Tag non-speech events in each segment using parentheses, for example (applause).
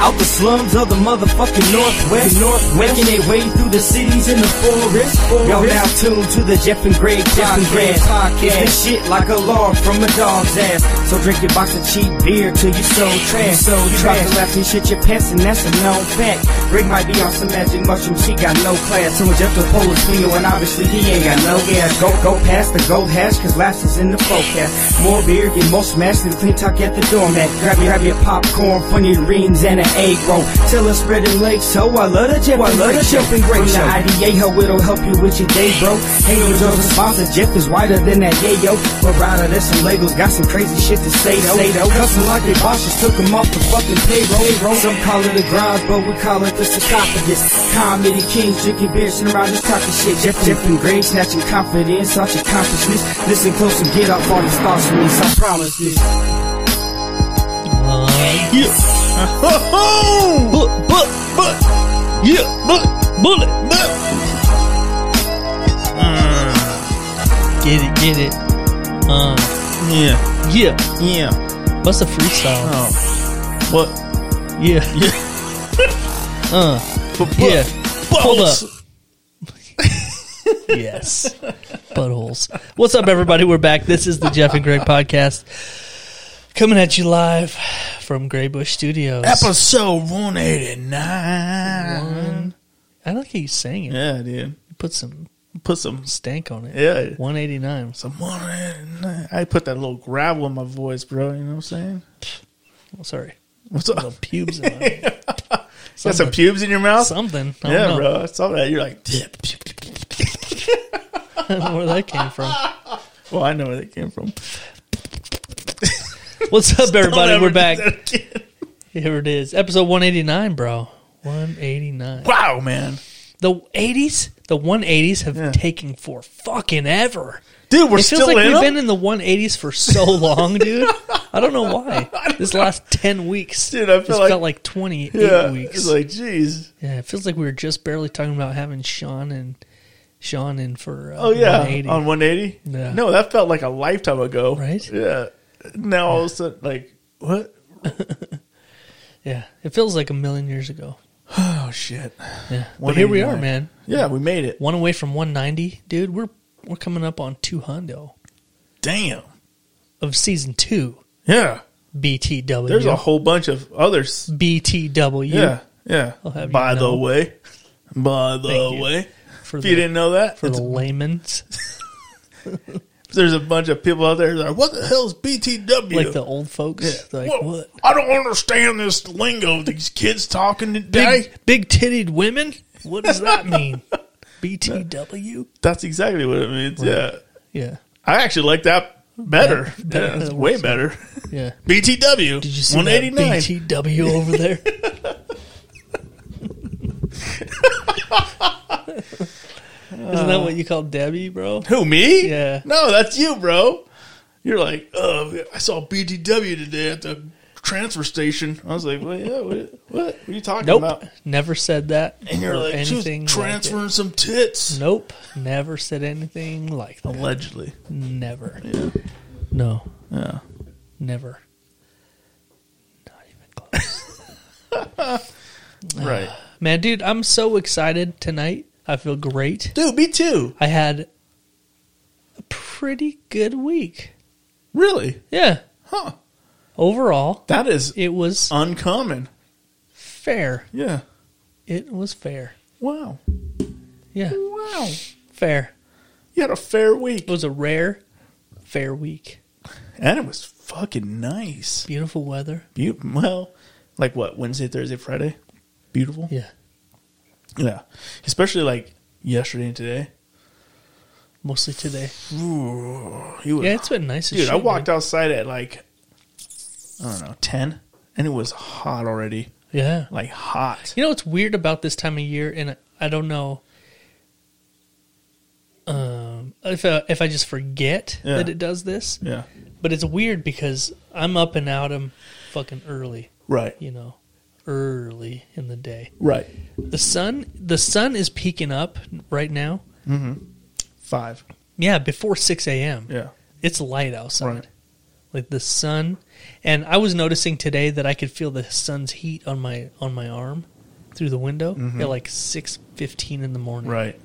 Out the slums of the motherfucking Northwest. Northwest. Making their way through the cities and the forest. Y'all now tuned to the Jeff and Greg, Jeff and Greg podcast. It's this shit like a log from a dog's ass. So drink your box of cheap beer till you so trash. So you trash. to laugh and shit your pants and that's a known fact. Greg might be on some magic mushroom, she got no class. So Jeff the pole is clean and obviously he ain't got no gas. Go, go past the gold hash cause laughs is in the forecast. More beer, get more smashed than clean talk at the doormat. Grab your, grab your popcorn, funny rings and an egg roll. Till it's spread and lake, so I love the Jeff. I love the Jeff and Greg show. IDA, ho, it'll help you with your day, bro. Hey, yo, Joe's a sponsor, Jeff is whiter than that yayo. But rider, there's some Legos, got some crazy shit to say though. Say though. Custom like they bosses took them off the fucking payroll. payroll. Some call it a grind, but we call it the sarcophagus. Comedy kings drinking beer, sitting around this talking shit. Jeff, Jeff and Greg snatching confidence, such consciousness. Listen close and get off all these thoughts from this, I promise this. Uh, yeah. But, but, but. Yeah, but, bullet, but. Uh, get it, get it. Uh, Yeah. yeah. Yeah. What's a freestyle? Oh. What? Yeah. Yeah. Uh, But, yeah. Hold up. balls. (laughs) yes. Buttholes. What's up, everybody? We're back. This is the Jeff and Greg podcast. Coming at you live from Greybush Studios. Episode 189. I like how you sang it. Yeah, dude. You put some Put some. stank on it. Yeah. 189. Some 189. I put that little gravel in my voice, bro. You know what I'm saying? (laughs) Oh, sorry. What's (laughs) up? Pubes in my Got some pubes in your mouth? something. I yeah, don't know bro. I saw that. You're like, dip. (laughs) where that came from. Well, Oh, I know where that came from. What's up, Don't everybody? ever We're do back. that again. Here it is. Episode 189, bro. 189. (laughs) Wow, man. The 80s, the 180s have Yeah. taken for fucking ever. Dude, we're it feels still like in we've them? been in the 180s for so long, dude. I don't know (laughs) why. This last 10 weeks. Dude, I feel it's like- felt like 28 yeah. weeks. It's like, jeez. yeah, it feels like we were just barely talking about having Sean and Sean in for uh, Oh, yeah. 180. On 180? Yeah. No, that felt like a lifetime ago. Right? Yeah. Now all of a sudden, like, (sighs) what? yeah, it feels like a million years ago. Oh, shit. Yeah. But here we are, 189. man. Yeah, we made it. One away from 190, dude. We're we're coming up on two hundo Damn. of season two. Yeah. BTW. There's a whole bunch of others. BTW. Yeah. Yeah. I'll have you By the know. (laughs) way. By the Thank you. way. For If the, you didn't know that, for the it's- layman's, there's a bunch of people out there that are like, what the hell is BTW? like the old folks. Like Well, what? I don't understand this lingo these kids talking today. Big, big titted women. What (laughs) does that mean? BTW. That's exactly what it means. Yeah. Yeah. I actually like that better. Yeah, better. Yeah, it's way better. Yeah. BTW. Did you see 189. that BTW over (laughs) there? Isn't that what you call Debbie, bro? Who, me? Yeah. No, that's you, bro. You're like, oh, I saw BTW today at the transfer station. I was like, well, yeah, what, what, what are you talking Nope. about? Never said that. And you're or like, she was like transferring it. some tits. nope. Never said anything like that. Allegedly. Never. No. Yeah. Never. Not even close. Ah. Right. Man, dude, I'm so excited tonight. I feel great. Dude, me too. I had a pretty good week. Really? Yeah. Huh. Overall, That is it was uncommon. fair. Yeah. It was fair. Wow. Yeah. Wow. Fair. You had a fair week. It was a rare, fair week. And it was fucking nice. Beautiful weather. Be- well, like what, Wednesday, Thursday, Friday? Beautiful. Yeah. Yeah. Especially like yesterday and today. Mostly today. You was, Yeah, it's been nice as dude, I shit, walked outside at like, I don't know, 10, and it was hot already. man. Yeah. Like hot. You know what's weird about this time of year, and I don't know um, if I, if I just forget Yeah. that it does this, Yeah. but it's weird because I'm up and out 'em fucking early, Right. you know, early in the day. Right. The sun, the sun is peeking up right now. Five. Yeah, before six a.m. Yeah. It's light outside. Right. like the sun. And I was noticing today that I could feel the sun's heat on my on my arm through the window at like six fifteen in the morning. Mm-hmm. Right.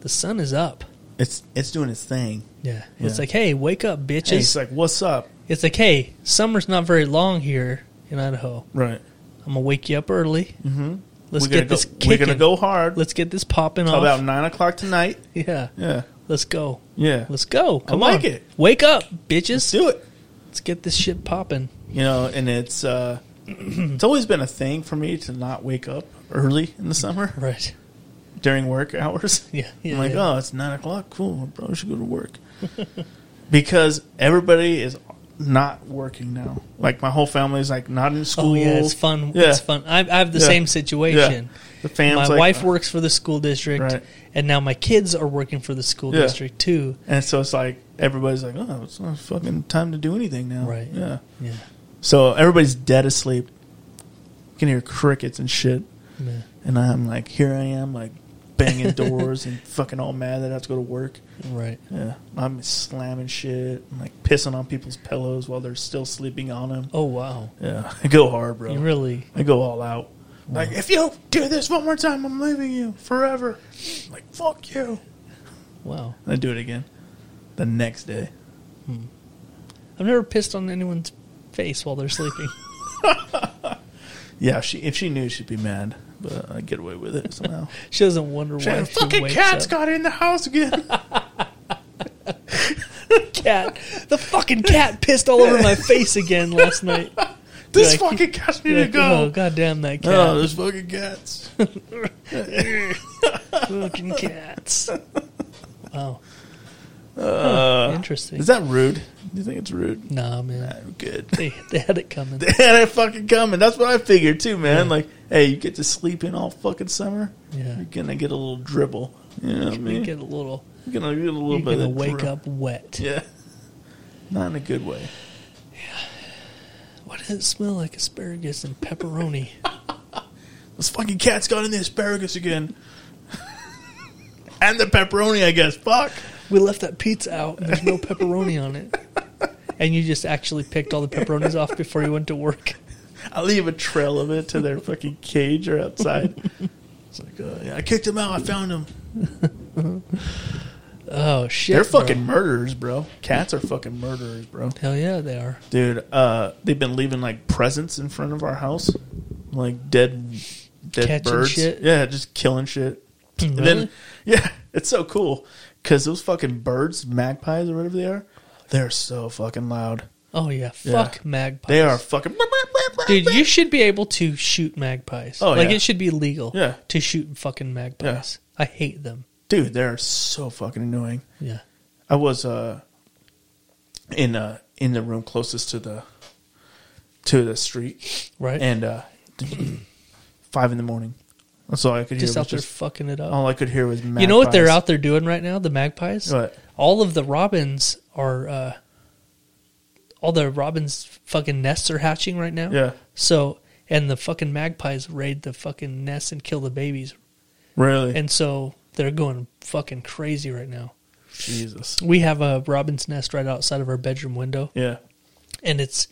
The sun is up. It's it's doing its thing. Yeah. It's Yeah. like, hey, wake up, bitches. Hey, it's like, what's up? it's like, hey, summer's not very long here in Idaho. Right. I'm gonna wake you up early. Mm-hmm. Let's we're gonna get this go, kicking. We're gonna go hard. Let's get this popping Till off. about nine o'clock tonight. yeah. Yeah. Let's go. Yeah. Let's go. Come like on. it. Wake up, bitches. do it. Let's get this shit popping. You know, and it's uh, (clears throat) it's always been a thing for me to not wake up early in the summer Right. (laughs) during work hours. (laughs) Yeah, yeah, I'm like, yeah. oh, it's nine o'clock. Cool. I probably should go to work (laughs) because everybody is not working now. Like my whole family is like not in school. Oh yeah, it's fun. Yeah. It's fun. I, I have the Yeah. same Yeah. situation. The family. My like, uh, wife works for the school district, Right. and now my kids are working for the school Yeah. district too. and so it's like everybody's like, oh, it's not fucking time to do anything now. Right. Yeah. Yeah. So everybody's dead asleep. You can hear crickets and shit. Yeah. And I'm like, here I am, like (laughs) banging doors and fucking all mad that I have to go to work. Right. Yeah. I'm slamming shit. I'm like pissing on people's pillows while they're still sleeping on them. Oh wow. Yeah. (laughs) I go hard, bro. You really I go all out. Like, if you do this one more time, I'm leaving you forever. like, fuck you. wow. And I do it again the next day. I've never pissed on anyone's face while they're sleeping. (laughs) Yeah, she if she knew, she'd be mad. But I get away with it (laughs) somehow. she doesn't wonder why. She fucking wakes cat's up. got in the house again. (laughs) cat. The fucking cat pissed all over my face again last night. this Like, fucking cat's need to Like, oh go. goddamn that cat! Oh, this fucking cats. fucking cats. Wow. (laughs) Huh, interesting. Uh, Is that rude? Do you think it's rude? nah, man. Good. They, they had (laughs) it coming. They had it fucking coming. That's what I figured too, man. Like, hey, you get to sleep in all fucking summer. Yeah. You're gonna get a little dribble. You know what I You mean? get a little. you're gonna get a little You're bit gonna of wake drip. up wet. (laughs) Yeah. Not in a good way. Why does it smell like asparagus and pepperoni? This fucking cat's got in the asparagus again. (laughs) and the pepperoni, I guess. Fuck. we left that pizza out. and (laughs) There's no pepperoni on it. And you just actually picked all the pepperonis off before you went to work. I leave a trail of it to their fucking cage or (laughs) outside. It's like, uh, yeah, I kicked him out. I found him. Oh shit! They're bro. fucking murderers, bro. Cats are fucking murderers, bro. Hell yeah, they are. Dude, uh, they've been leaving like presents in front of our house, like dead, dead Catching birds. shit? Yeah, just killing shit. And Really? then, (laughs) yeah, it's so cool because those fucking birds, magpies or whatever they are, they're so fucking loud. Oh yeah, Yeah. fuck magpies. They are fucking. (laughs) Dude, you should be able to shoot magpies. Oh, like yeah. it should be legal Yeah. to shoot fucking magpies. I hate them. Dude, they're so fucking annoying. Yeah. I was uh in uh in the room closest to the to the street, Right? and uh (clears throat) five in the morning. That's all I could hear. just out was there just, fucking it up. all I could hear was you know what they're magpies. out there doing right now, the magpies? What? All of the robins are uh all the robins fucking nests are hatching right now. Yeah. So and the fucking magpies raid the fucking nests and kill the babies. Really, And so they're going fucking crazy right now. (laughs) Jesus. We have a robin's nest right outside of our bedroom window. Yeah, and it's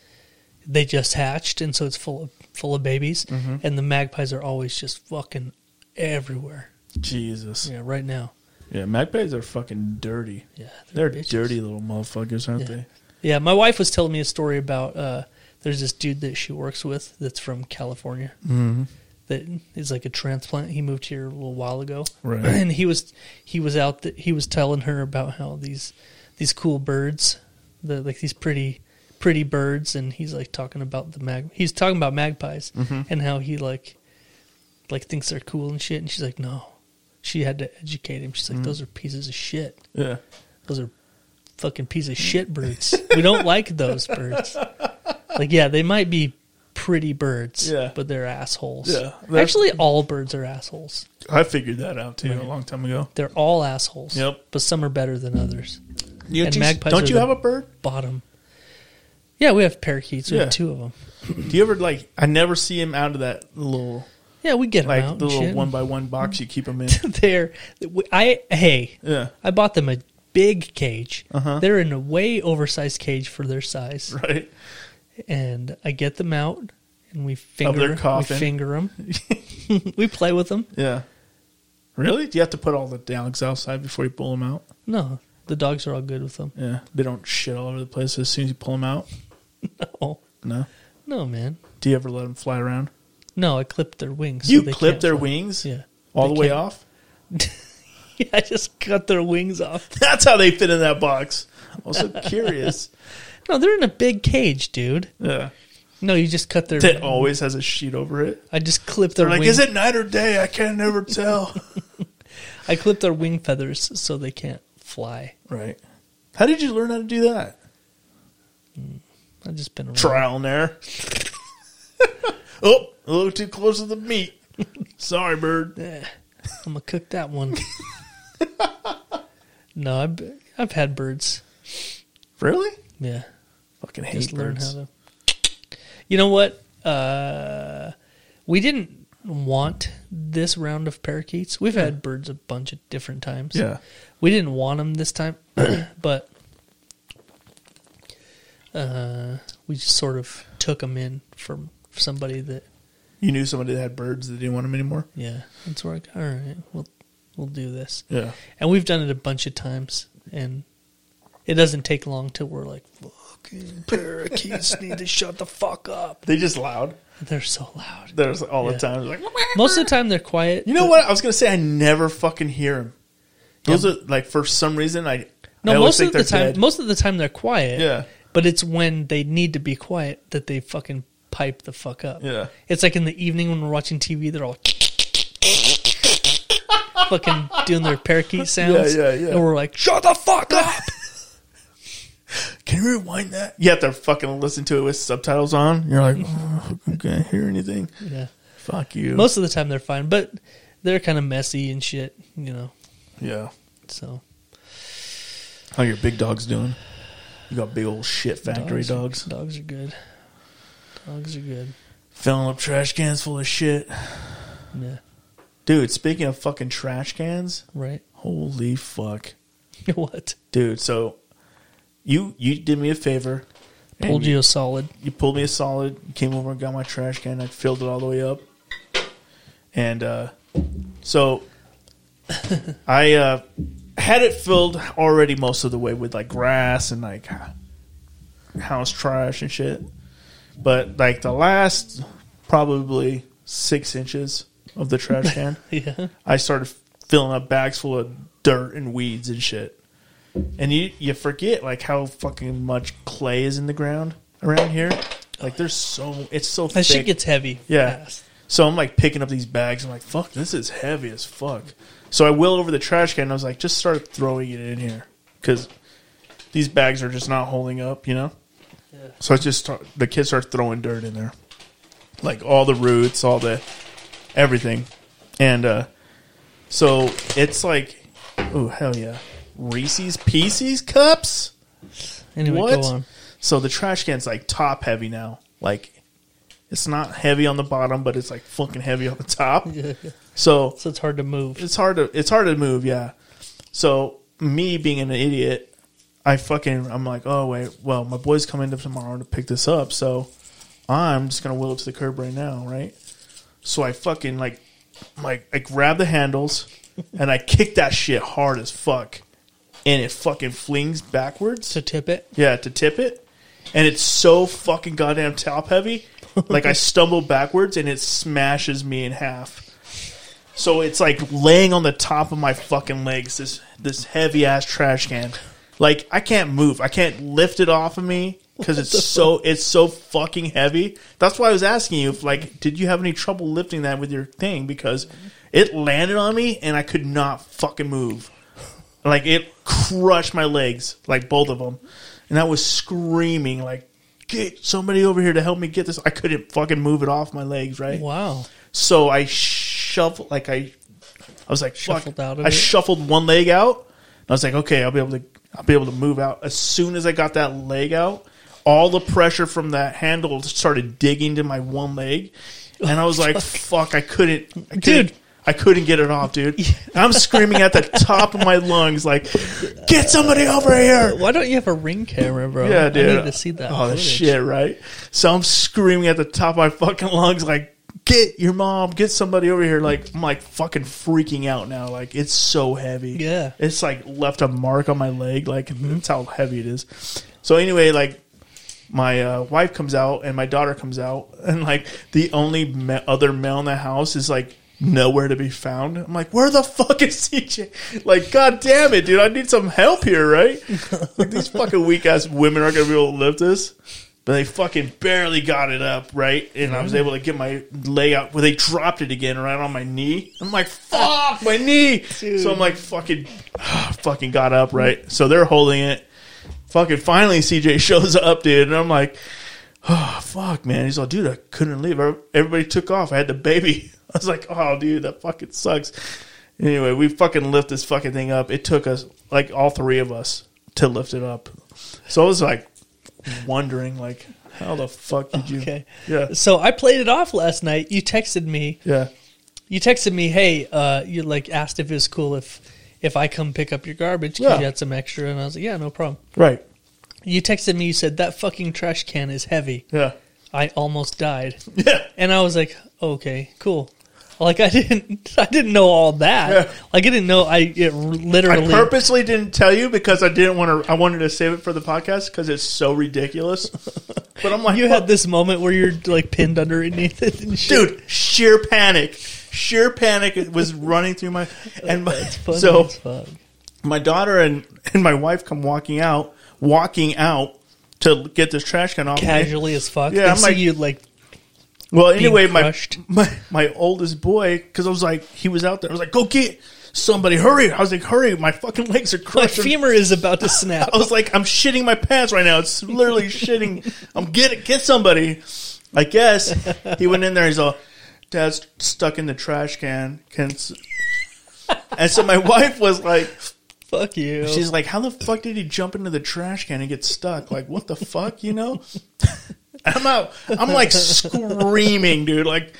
they just hatched and so it's full of full of babies and the magpies are always just fucking everywhere Jesus. Yeah. yeah right now magpies are fucking dirty. yeah They're bitches. dirty little motherfuckers, aren't Yeah. they? yeah my wife was telling me a story about uh there's this dude that she works with that's from california that is like a transplant he moved here a little while ago Right. and he was he was out that he was telling her about how these these cool birds the like these pretty pretty birds and he's like talking about the mag he's talking about magpies and how he like like thinks they're cool and shit and she's like no she had to educate him she's like those are pieces of shit Yeah, those are fucking piece of shit birds. (laughs) we don't like those birds. Like, yeah, they might be pretty birds, Yeah. but they're assholes. Yeah, they're- Actually, all birds are assholes. I figured that out too a long time ago. They're all assholes. Yep. But some are better than others. You, And you- magpies don't are you the- have a bird? Bottom. Yeah, we have parakeets. We Yeah. have two of them. Do you ever like? I never see him out of that little Yeah, we get them like out. the and (laughs) little shit. (laughs) one by one box you keep him in. They're I hey, Yeah. I bought them a big cage. Uh-huh. They're in a way oversized cage for their size. right? And I get them out and we finger we coffin. finger (laughs) them. we play with them. Yeah. Really? Do you have to put all the dogs outside before you pull them out? No, the dogs are all good with them. Yeah. They don't shit all over the place as soon as you pull them out? Oh, No. no, man. Do you ever let them fly around? No, I clipped their wings. so you they clip can't their fly. wings? Yeah. All They the way can't- off? (laughs) (laughs) Yeah, I just cut their wings off. That's how they fit in that box. I'm so (laughs) curious. No, they're in a big cage, dude. Yeah. No, you just cut their. That always has a sheet over it. I just clipped their They're like, wing. is it night or day? I can never (laughs) tell. I clipped their wing feathers so they can't fly. right. How did you learn how to do that? I've just been around. Trial and error. (laughs) oh, a little too close to the (laughs) meat. Sorry, bird. I'm gonna cook (laughs) that one. no, I've, I've had birds. Really? Yeah, Fucking hate just learn birds. how to. You know what? Uh, we didn't want this round of parakeets. We've had birds a bunch of different times. Yeah. we didn't want them this time, (clears throat) but uh, we just sort of took them in from somebody that You knew somebody that had birds that didn't want them anymore. yeah. It's like all right, we'll we'll do this. Yeah. And we've done it a bunch of times, and it doesn't take long till we're like, fucking parakeets need to shut the fuck up. They just loud. They're so loud. There's all Yeah. the time. Like, Most of the time, they're quiet. you know what? I was gonna say I never fucking hear them. Those Yeah. are like for some reason I. I No, always most think of the they're time, dead. most of the time they're quiet. Yeah. But it's when they need to be quiet that they fucking pipe the fuck up. Yeah. It's like in the evening when we're watching TV, they're all (laughs) fucking doing their parakeet (laughs) sounds. yeah, yeah. And we're like, shut the fuck up. (laughs) Can you rewind that? You have to fucking listen to it with subtitles on. You're like, oh, I can't hear anything. yeah. Fuck you. Most of the time they're fine, but they're kind of messy and shit, you know. yeah. So How your big dogs doing? You got big old shit factory dogs. Are, dogs are good. Dogs are good. Filling up trash cans full of shit. Yeah. Dude, speaking of fucking trash cans, Right. (laughs) holy fuck. what? Dude, so you you did me a favor. and Pulled you a solid. (laughs) you pulled me a solid. You came over and got my trash can. I filled it all the way up. And uh, so (laughs) I uh, had it filled already most of the way with like grass and like house trash and shit. But like the last probably six inches of the trash can, Yeah. I started filling up bags full of dirt and weeds and shit. And you you forget like how fucking much clay is in the ground around here. Like there's so it's so That thick. shit gets heavy. yeah. fast. So I'm like picking up these bags. I'm like, fuck, this is heavy as fuck. So I will over the trash can. And I was like, just start throwing it in here because these bags are just not holding up, you know. So I just start, the kids start throwing dirt in there, like all the roots, all the everything, and uh, so it's like, oh hell yeah, Reese's Pieces cups. Anyway, What? go on. (laughs) So the trash can's like top heavy now. Like it's not heavy on the bottom, but it's like fucking heavy on the (laughs) top. So So it's hard to move. it's hard to it's hard to move, yeah. So me being an idiot, I fucking I'm like, oh wait, well my boy's coming up tomorrow to pick this up, so I'm just gonna wheel it to the curb right now, right? So I fucking like like I grab the (laughs) handles and I kick that shit hard as fuck. And it fucking flings backwards. To tip it. Yeah, to tip it. And it's so fucking goddamn top heavy. Like I stumble backwards and it smashes me in half. So it's like laying on the top of my fucking legs, this this heavy ass trash can. Like I can't move. I can't lift it off of me because it's so it's so fucking heavy. That's why I was asking you if like did you have any trouble lifting that with your thing because it landed on me and I could not fucking move. Like it crushed my legs, like both of them, and I was screaming like, "Get somebody over here to help me get this!" I couldn't fucking move it off my legs, right? Wow. So I shuffled, like I, I was like, "Fuck!" Shuffled out of I it? shuffled one leg out. And I was like, "Okay, I'll be able to, I'll be able to move out." As soon as I got that leg out, all the pressure from that (laughs) handle started digging to my one leg, and I was like, "Fuck!" I couldn't, I couldn't Dude. I couldn't get it off, (laughs) dude. I'm screaming at the top of my lungs, like, "Get somebody over here!" Why don't you have a ring camera, bro? Yeah, dude. I need to see that. Oh footage. shit, right? So I'm screaming at the top of my fucking lungs, like, "Get your mom! Get somebody over here!" Like I'm like fucking freaking out now. Like it's so heavy. Yeah. it's like left a mark on my leg. Like that's how heavy it is. So anyway, like my uh, wife comes out and my daughter comes out, and like the only ma- other male in the house is like. Nowhere to be found. I'm like, where the fuck is (laughs) CJ? Like, god damn it, dude! I need some help here, right? Like, these fucking weak ass women aren't gonna be able to lift this. But they fucking barely got it up, right? And I was able to get my leg out. Well, they dropped it again right on my knee. I'm like, fuck, my knee. So I'm like, fucking, (sighs) fucking got up, right? So they're holding it. Fucking finally, CJ (laughs) shows up, dude. And I'm like, (sighs) oh, fuck, man. He's like, dude, I couldn't leave. Everybody took off. I had the baby. (laughs) I was like, oh, dude, that fucking sucks. Anyway, we fucking lift this fucking thing up. It took us, like, all three of us to lift it up. So I was like, wondering, like, how the fuck did you? Okay. Yeah. So I played it off last night. You texted me. Yeah. You texted me, hey, uh, you like asked if it was cool if if I come pick up your garbage because Yeah. you had some extra, and I was like, yeah, no problem. Right. You texted me. You said that fucking trash can is heavy. Yeah. (laughs) I almost died, Yeah. and I was like, okay, cool. Like I (laughs) didn't, I didn't know all that. Yeah. Like I didn't know. I it I literally. purposely didn't tell you because I didn't want to. I wanted to save it for the podcast because it's so (laughs) ridiculous. But I'm like, you had this moment where you're like pinned underneath it, and shit. dude, sheer panic, sheer panic was running through (laughs) my and my, (laughs) Funny so as fuck. my daughter and and my wife come walking out, walking out to get this trash can off. me. casually as fuck. Yeah, they I'm see like- you like Well, anyway, my, crushed. my my oldest boy, because I was like, he was out there. I was like, go get somebody, hurry! I was like, hurry! My fucking legs are my crushed. femur is about to (laughs) snap. I was like, I'm shitting my pants right now. It's literally shitting. I'm get it, get somebody. I guess he went in there. He's all, Dad's stuck in the trash can. Can s-" and so my wife was like, fuck you. she's like, how the fuck did he jump into the trash can and get stuck? Like, what the fuck, you know? I'm out. I'm like screaming, dude. Like,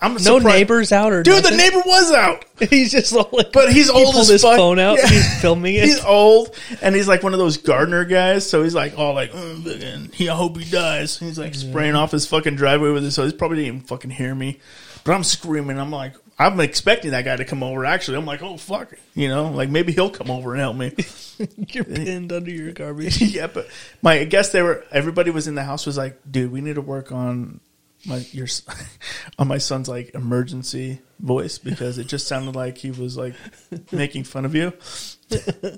I'm no surprised- neighbors out or Dude, the nothing? neighbor was out. (laughs) he's just all like, But he's he old pulled as his fuck. phone out. Yeah. He's filming (laughs) it. He's old, and he's like one of those gardener guys. So he's like all like, "Mm, fucking, he, I hope he dies. And he's like spraying off his fucking driveway with it. So he's probably didn't even fucking hear me. But I'm screaming. I'm like, I'm expecting that guy to come over. Actually, I'm like, oh fuck, you know, like maybe he'll come over and (laughs) help me. (laughs) (laughs) You're pinned under your garbage. yeah, but my I guess they were. Everybody was in the house. Was like, dude, we need to work on my your s- (laughs) on my son's like emergency voice because it just sounded like he was (laughs) like making fun of you.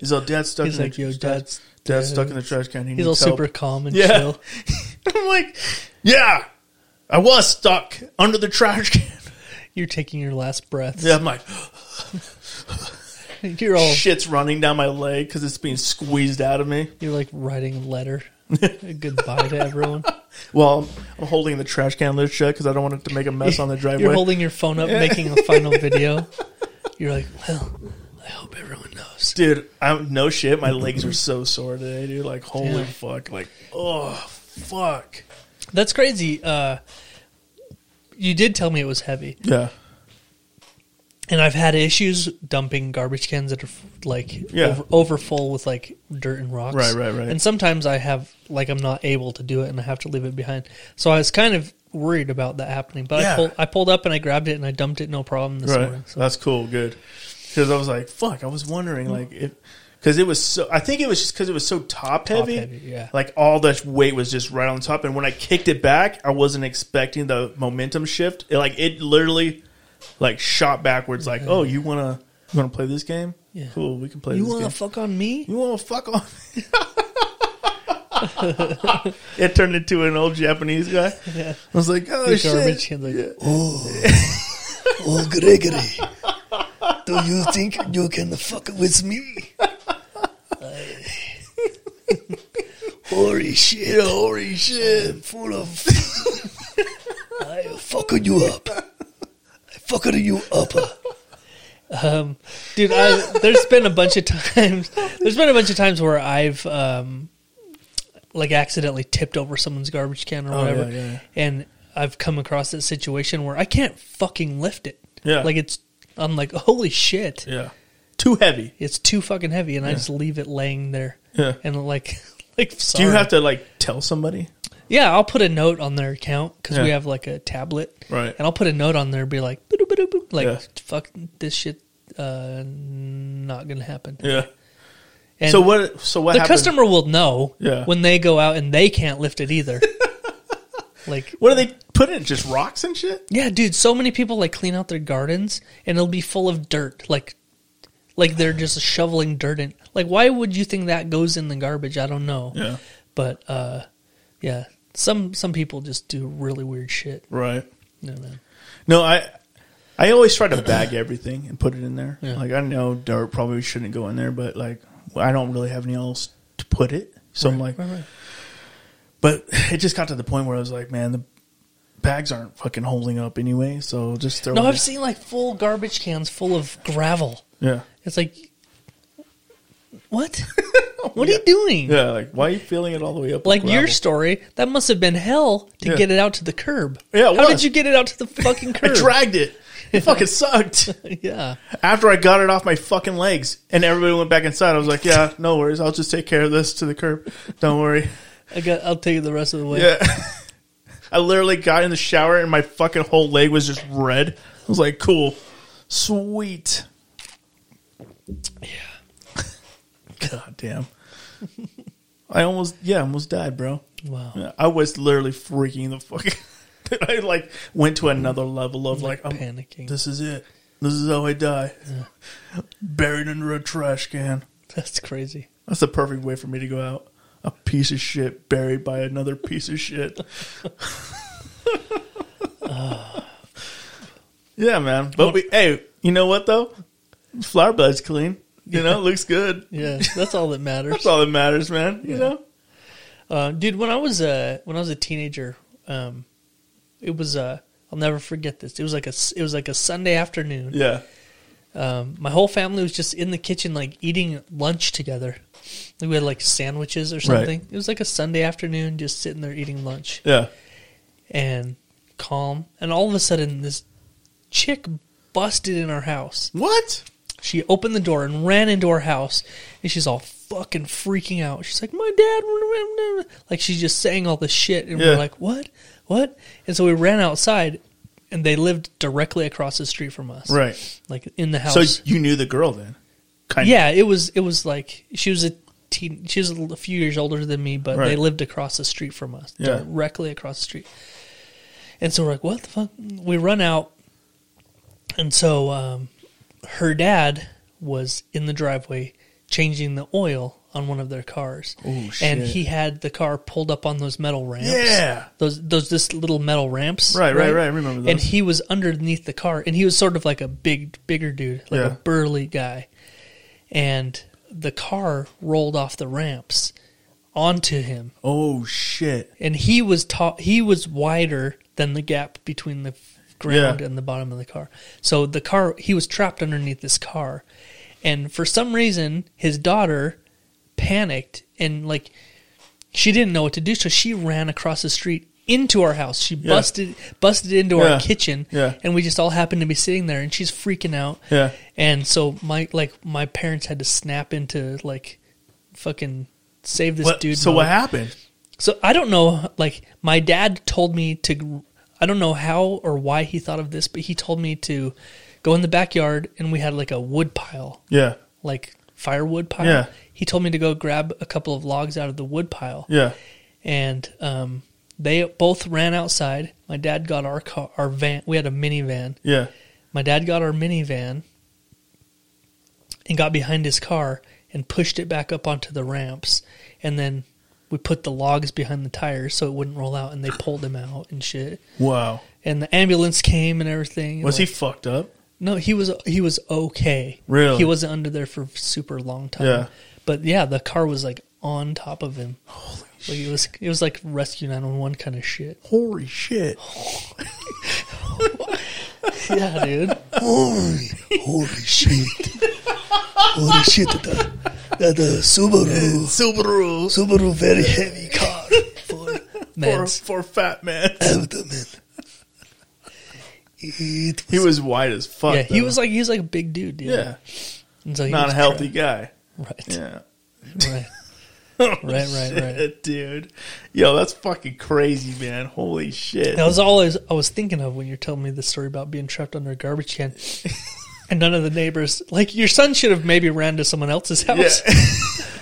He's all dad stuck. He's in like, the, "Yo, dad- dad's- dad's stuck in the trash can. He He's needs all help." super calm and Yeah. chill. (laughs) I'm like, yeah, I was stuck under the trash can. You're taking your last breath. (laughs) Yeah, I'm like, (laughs) You're all shit's running down my leg because it's being squeezed out of me. you're like writing a letter. (laughs) Goodbye to everyone. Well, I'm holding the trash can lid shut because I don't want it to make a mess on the driveway. (laughs) You're holding your phone up, making a final (laughs) video. You're like, well, I hope everyone knows. dude. I'm no shit. My legs are so sore today, dude. Like holy Yeah. fuck. Like oh fuck. That's crazy. Uh, you did tell me it was heavy, Yeah. and I've had issues dumping garbage cans that are like Yeah. over, over full with like dirt and rocks. Right, right, right. And sometimes I have like I'm not able to do it, and I have to leave it behind. So I was kind of worried about that happening, but I, Yeah. pulled, I pulled up and I grabbed it and I dumped it no problem this Right. morning. So That's cool. Good. Because I was like, fuck. I was wondering like if because it was so. I think it was just because it was so top heavy. heavy, yeah. Like all that weight was just right on top, and when I kicked it back, I wasn't expecting the momentum shift. It, like it literally like shot backwards. Like oh, you wanna you wanna play this game? Yeah. Cool. We can play. you this want game. to fuck on me? You want to fuck off? (laughs) it turned into an old Japanese guy. Yeah. I was like, oh The shit. garbage can like, Oh, Gregory, do you think you can fuck with me? holy shit. holy shit. I'm full of. I fucked you (laughs) up. I fucked you up. Um, dude, I, there's been a bunch of times. There's been a bunch of times where I've um, like accidentally tipped over someone's garbage can or whatever, Oh, yeah, yeah, yeah. and I've come across that situation where I can't fucking lift it. Yeah. like it's I'm like, holy shit, Yeah. Too heavy. it's too fucking heavy, and I just leave it laying there. Yeah. And like, like, Do sorry. you have to like tell somebody? Yeah, I'll put a note on their account because we Yeah. have like a tablet, Right. And I'll put a note on there, and be like, "Boop, boop, boop, boop," like Yeah. fuck this shit, uh, not gonna happen. Yeah. And so what? So what? the happened- customer will know Yeah. when they go out and they can't lift (laughs) it either. like, What do they put in? Just rocks and shit. yeah, dude, so many people like clean out their gardens and it'll be full of dirt, like, like they're just shoveling dirt in. Like, why would you think that goes in the garbage? I don't know. Yeah. But uh, yeah, some some people just do really weird shit. Right. No, man. No, I I always try to bag everything and put it in there. Yeah. Like I know dirt probably shouldn't go in there, but like I don't really have any else to put it. So I'm like, Right, right. but (laughs) it just got to the point where I was like, man, the bags aren't fucking holding up anyway. So just throw. No, it. I've seen like full garbage cans full of gravel. Yeah. It's like, what? (laughs) what are you doing? Yeah, like why are you feeling it all the way up? Like with your gravel? story, that must have been hell to Yeah. get it out to the curb. Yeah, it how did was. you get it out to the fucking (laughs) I curb? dragged it. It fucking sucked. (laughs) yeah, After I got it off my fucking legs and everybody went back inside, I was like, yeah, no worries. I'll just take care of this to the curb. Don't worry. I got. I'll take you the rest of the way. Yeah. I literally got in the shower and my fucking whole leg was just red. I was like, cool. Sweet. Yeah. (laughs) God damn. I almost, yeah, I almost died, bro. Wow. Yeah, I was literally freaking the (laughs) fuck. I like went to another level of like, Like I'm- panicking. This is it. This is how I die. Buried under a trash can. That's crazy. That's the perfect way for me to go out. A piece of shit buried by another piece of (laughs) shit. (sighs) yeah, man. But we, hey, you know what though? Flower bud's clean. You know, it looks good. Yeah, that's all that matters. That's all that matters, man. You know. Uh, dude, when I was a when I was a teenager, um, it was uh, I'll never forget this. It was like a s- it was like a Sunday afternoon. Yeah. um, my whole family was just in the kitchen, like eating lunch together. Like, we had like sandwiches or something. It was like a Sunday afternoon, just sitting there eating lunch Yeah. and calm. And all of a sudden, this chick busted in our house. What? She opened the door and ran into our house, and she's all fucking freaking out. She's like, "My dad," like she's just saying all this shit, and Yeah. we're like, "What? What?" And so we ran outside, and they lived directly across the street from us, Right. Like in the house. So you knew the girl then? Kind Yeah, it was it was like she was a teen, she was a few years older than me, but they Right. lived across the street from us, Yeah. directly across the street. And so we're like, what the fuck? We run out, and so um, her dad was in the driveway changing the oil on one of their cars, and he had the car pulled up on those metal ramps. Yeah. those those this little metal ramps. Right, right, right. I remember those. And he was underneath the car, and he was sort of like a big, bigger dude, like Yeah. a burly guy. And the car rolled off the ramps onto him, Oh shit. and he was ta- he was wider than the gap between the ground Yeah. and the bottom of the car. So the car he was trapped underneath this car, and for some reason his daughter panicked and like she didn't know what to do, so she ran across the street into our house. She busted busted into Yeah. our kitchen, Yeah. and we just all happened to be sitting there, and she's freaking out. Yeah. And so my like my parents had to snap into like fucking save this What- dude. so mode. what happened? So I don't know. Like my dad told me to. I don't know how or why he thought of this, but he told me to go in the backyard, and we had like a wood pile, Yeah. like firewood pile. Yeah. He told me to go grab a couple of logs out of the wood pile. Yeah. And um, they both ran outside. My dad got our car, our van. We had a minivan. Yeah. My dad got our minivan and got behind his car and pushed it back up onto the ramps. And then we put the logs behind the tires so it wouldn't roll out and they pulled him out and shit. Wow. And the ambulance came and everything. Was he Like- fucked up? No, he was he was okay. Really? He wasn't under there for super long time. Yeah. But yeah, the car was like on top of him. Holy like it was it was like rescue 911 kind (laughs) of shit. Holy shit. Yeah, dude. Holy, holy shit. holy shit, that, the- that the Subaru, Subaru. Subaru very heavy car for Meds. for fat man. abdomen. It He was wide as fuck. yeah, he though. was like he was like a big dude. dude. yeah, And so he not was a healthy trying- guy. (laughs) Right. (laughs) Yeah. Right. right, (laughs) right. dude. Yo, that's fucking crazy, man. Holy shit. That was all I was, I was thinking of when you're telling me this story about being trapped under a garbage can. (laughs) and none of the neighbors, like your son, should have maybe ran to someone else's yeah. (laughs) house.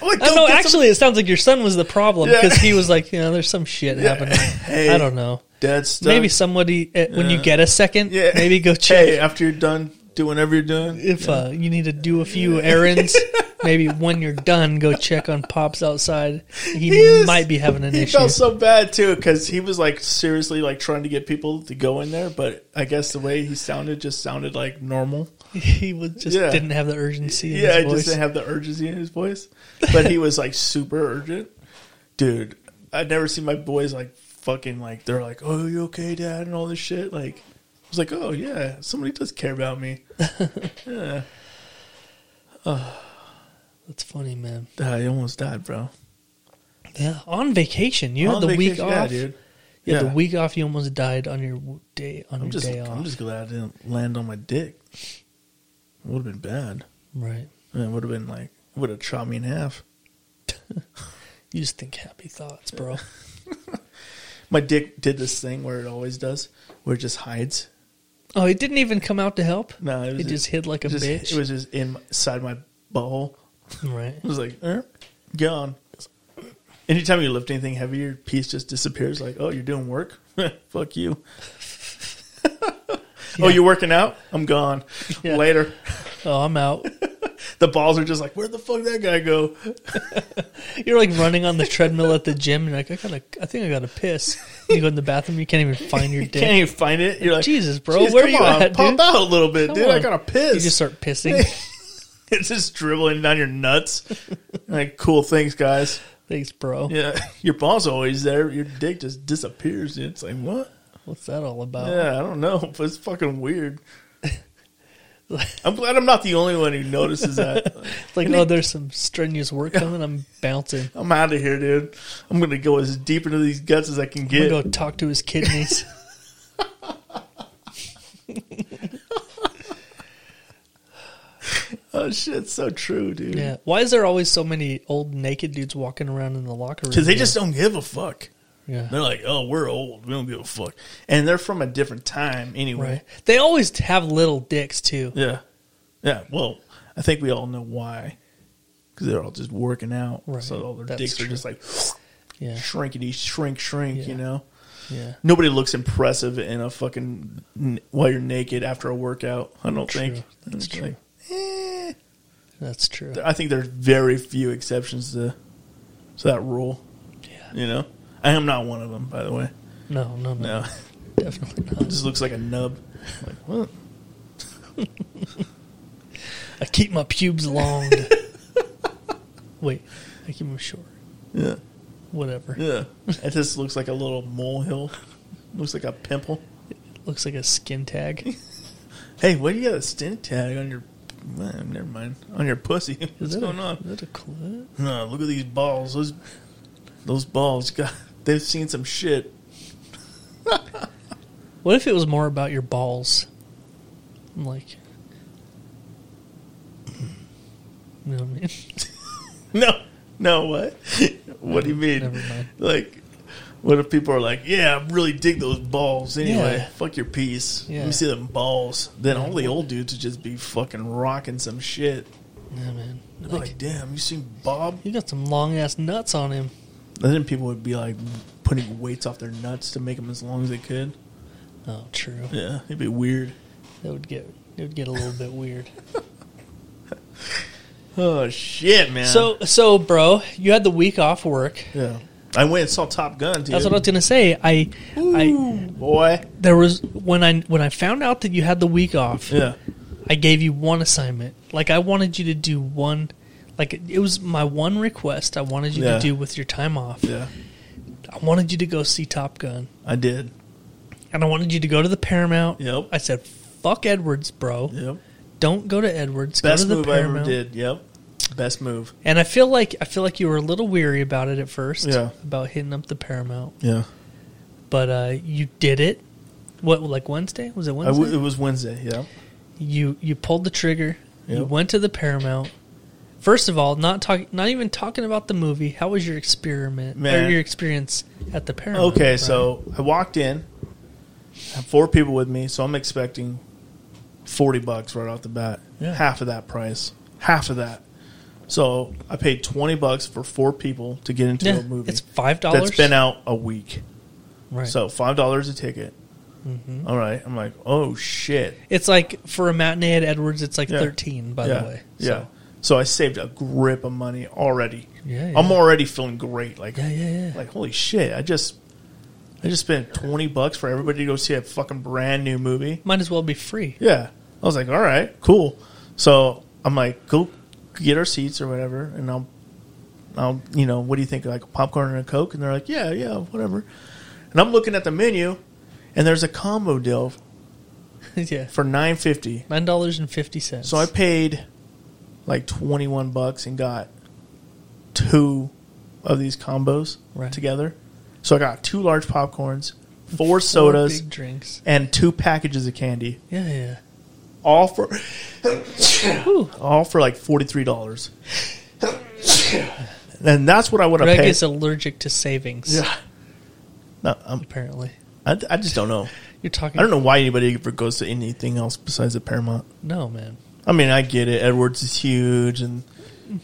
Like, I go don't know. get some- Actually, it sounds like your son was the problem Yeah. because he was like, you know, there's some shit happening. Hey, I don't know. Dad stuck. Maybe somebody uh, when you get a second, Yeah. maybe go check Hey, after you're done doing whatever you're doing. if uh, you need to do a (laughs) few errands. maybe when you're done, go check on pops outside. He, is- might be having an He issue. felt so bad too because he was like seriously like trying to get people to go in there, but I guess the way he sounded just sounded like normal. (laughs) he was just Yeah. didn't have the urgency. In Yeah, his he voice. just didn't have the urgency in his voice, but he was like super urgent, dude. I've never seen my boys like fucking like they're like, "Oh, you okay, dad?" and all this shit. Like, I was like, "Oh yeah, somebody does care about me." That's funny, man. Ah, I almost died, bro. Yeah, on vacation, you On had the week vacation- off. yeah, dude. You had Yeah. the week off. You almost died on your w- day on I'm your just, day off. I'm just glad I didn't land on my dick. Would have been bad. right. It would have been like, would have chopped me in half. You just think happy thoughts, bro. My dick did this thing where it always does, where it just hides. (laughs) oh, it didn't even come out to help. No, it, was it just hid like a just- bitch. It was just inside my butthole. (laughs) right. It was like, eh, gone. Anytime you lift anything heavy, your piece just disappears. Like, oh, you're doing work? (laughs) Fuck (laughs) you. Oh, you're working out? I'm gone. Yeah. Later. Oh, I'm out. The balls are just like, where the fuck that guy go? (laughs) You're like running on the treadmill at the gym. And you're like, I gotta. I think I gotta piss. You go in the bathroom. You can't even (laughs) find your dick. Can't even find it. You're like, Jesus, bro, "Jeez, where come you on, at, Pop dude? out a little bit, Come dude. I on." gotta piss. you just start pissing. (laughs) it's just dribbling down your (laughs) nuts. like, cool, thanks, guys. Thanks, bro. Yeah, (laughs) your balls are always there. Your dick just disappears. Dude. It's like, what? What's that all about? Yeah, I don't know. But it's fucking (laughs) weird. I'm glad I'm not the only one who notices (laughs) that. Like, oh, there's some strenuous work coming. I'm bouncing. I'm out of here, dude. I'm gonna go as deep into these guts as I can I'm get. gonna go talk to (laughs) his kidneys. Oh shit, it's so true, dude. yeah. Why is there always so many old naked dudes walking around in the locker room? Because they dude? just don't give a fuck. yeah. They're like, oh, we're old. We don't give a fuck. And they're from a different time anyway. Right. They always have little dicks too. Yeah. Yeah. Well, I think we all know why. Because they're all just working out. Right. So all their That's dicks true. are just like Yeah. shrinkity, shrink, shrink, Yeah. you know? Yeah. Nobody looks impressive in a fucking n- while you're naked after a workout. I don't True. think. That's It's like, eh. That's true. I think there's very few exceptions to to that rule. Yeah. You know, I am not one of them, by the (laughs) way. No, no, no. No, (laughs) Definitely not. just looks like a nub. Like what? I keep my (laughs) pubes long. Wait. I keep them short. Yeah, Whatever. yeah. It just looks like a little molehill. Looks like a pimple. Looks like a skin tag. Hey, what do you got a stint tag on your? Man, never mind. On your pussy. (laughs) What's that going a, on? Is that a clit? Huh, look at these balls. Those those balls. God, they've seen some shit. What if it was more about your balls? I'm like, hmm. you know what I mean? (laughs) (laughs) No, no. What? (laughs) what do you mean? Never mind. Like, what if people are like, "Yeah, I really dig those balls." Anyway, Yeah. fuck your piece. Let Yeah. me see them balls. Then all the old dudes would just be fucking rocking some shit. Yeah, man. They'd be Like, like, damn, you seen Bob? you got some long ass nuts on him. And then people would be like putting weights off their nuts to make them as long as they could. Oh, true. Yeah, it'd be weird. That would get it would get a little bit weird. Oh shit, man. So, so, bro, you had the week off work. yeah, I went and saw Top Gun, dude. That's what I was gonna say. I, I, boy. there was when I when I found out that you had the week off. Yeah, I gave you one assignment. Like I wanted you to do one. Like it was my one request. I wanted you Yeah. to do with your time off. yeah, I wanted you to go see Top Gun, I did. and I wanted you to go to the Paramount. Yep. I said, "Fuck Edwards, bro. Yep. Don't go to Edwards. Best go to the move I Paramount." ever did. Yep. Best move. And I feel like I feel like you were a little weary about it at first. Yeah. About hitting up the Paramount, Yeah. but uh, you did it. what like Wednesday? Was it I Wednesday? w- it was Wednesday. Yeah. you you pulled the trigger. You Yep. went to the Paramount. First of all, not talking, not even talking about the movie. How was your experiment or Man. your experience at the Paramount? Okay, Brian? so I walked in. I have four people with me, so I'm expecting forty bucks right off the bat. Yeah. Half of that price. Half of that. So I paid twenty bucks for four people to get into yeah, a movie it's five dollars. that's been out a week. right. Mm-hmm. So five dollars a ticket. All right, I'm like, oh shit. it's like for a matinee at Edwards, it's like Yeah. thirteen. By yeah, the way, yeah. So I saved a grip of money already. Yeah, yeah. I'm already feeling great. Like, Yeah, yeah, yeah. like holy shit! I just, I just spent twenty bucks for everybody to go see a fucking brand new movie. might as well be free. (laughs) Yeah, I was like, all right, cool. So I'm like, go get our seats or whatever, and I'll, I'll, you know, what do you think? Like popcorn and a coke? And they're like, yeah, yeah, whatever. And I'm looking at the menu, and there's a combo deal yeah, for nine fifty. nine dollars and fifty cents. So I paid like twenty one bucks and got two of these combos Right. together. So I got two large popcorns, (laughs) four sodas, big drinks. and two packages of candy, Yeah, yeah. all for Whew. all for like forty three (laughs) dollars. and that's what I would have Greg paid. is allergic to savings. Yeah. No, I'm, apparently. I, I just don't know. You're talking. I don't know why anybody ever goes to anything else besides the Paramount. No, man. I mean, I get it. Edwards is huge and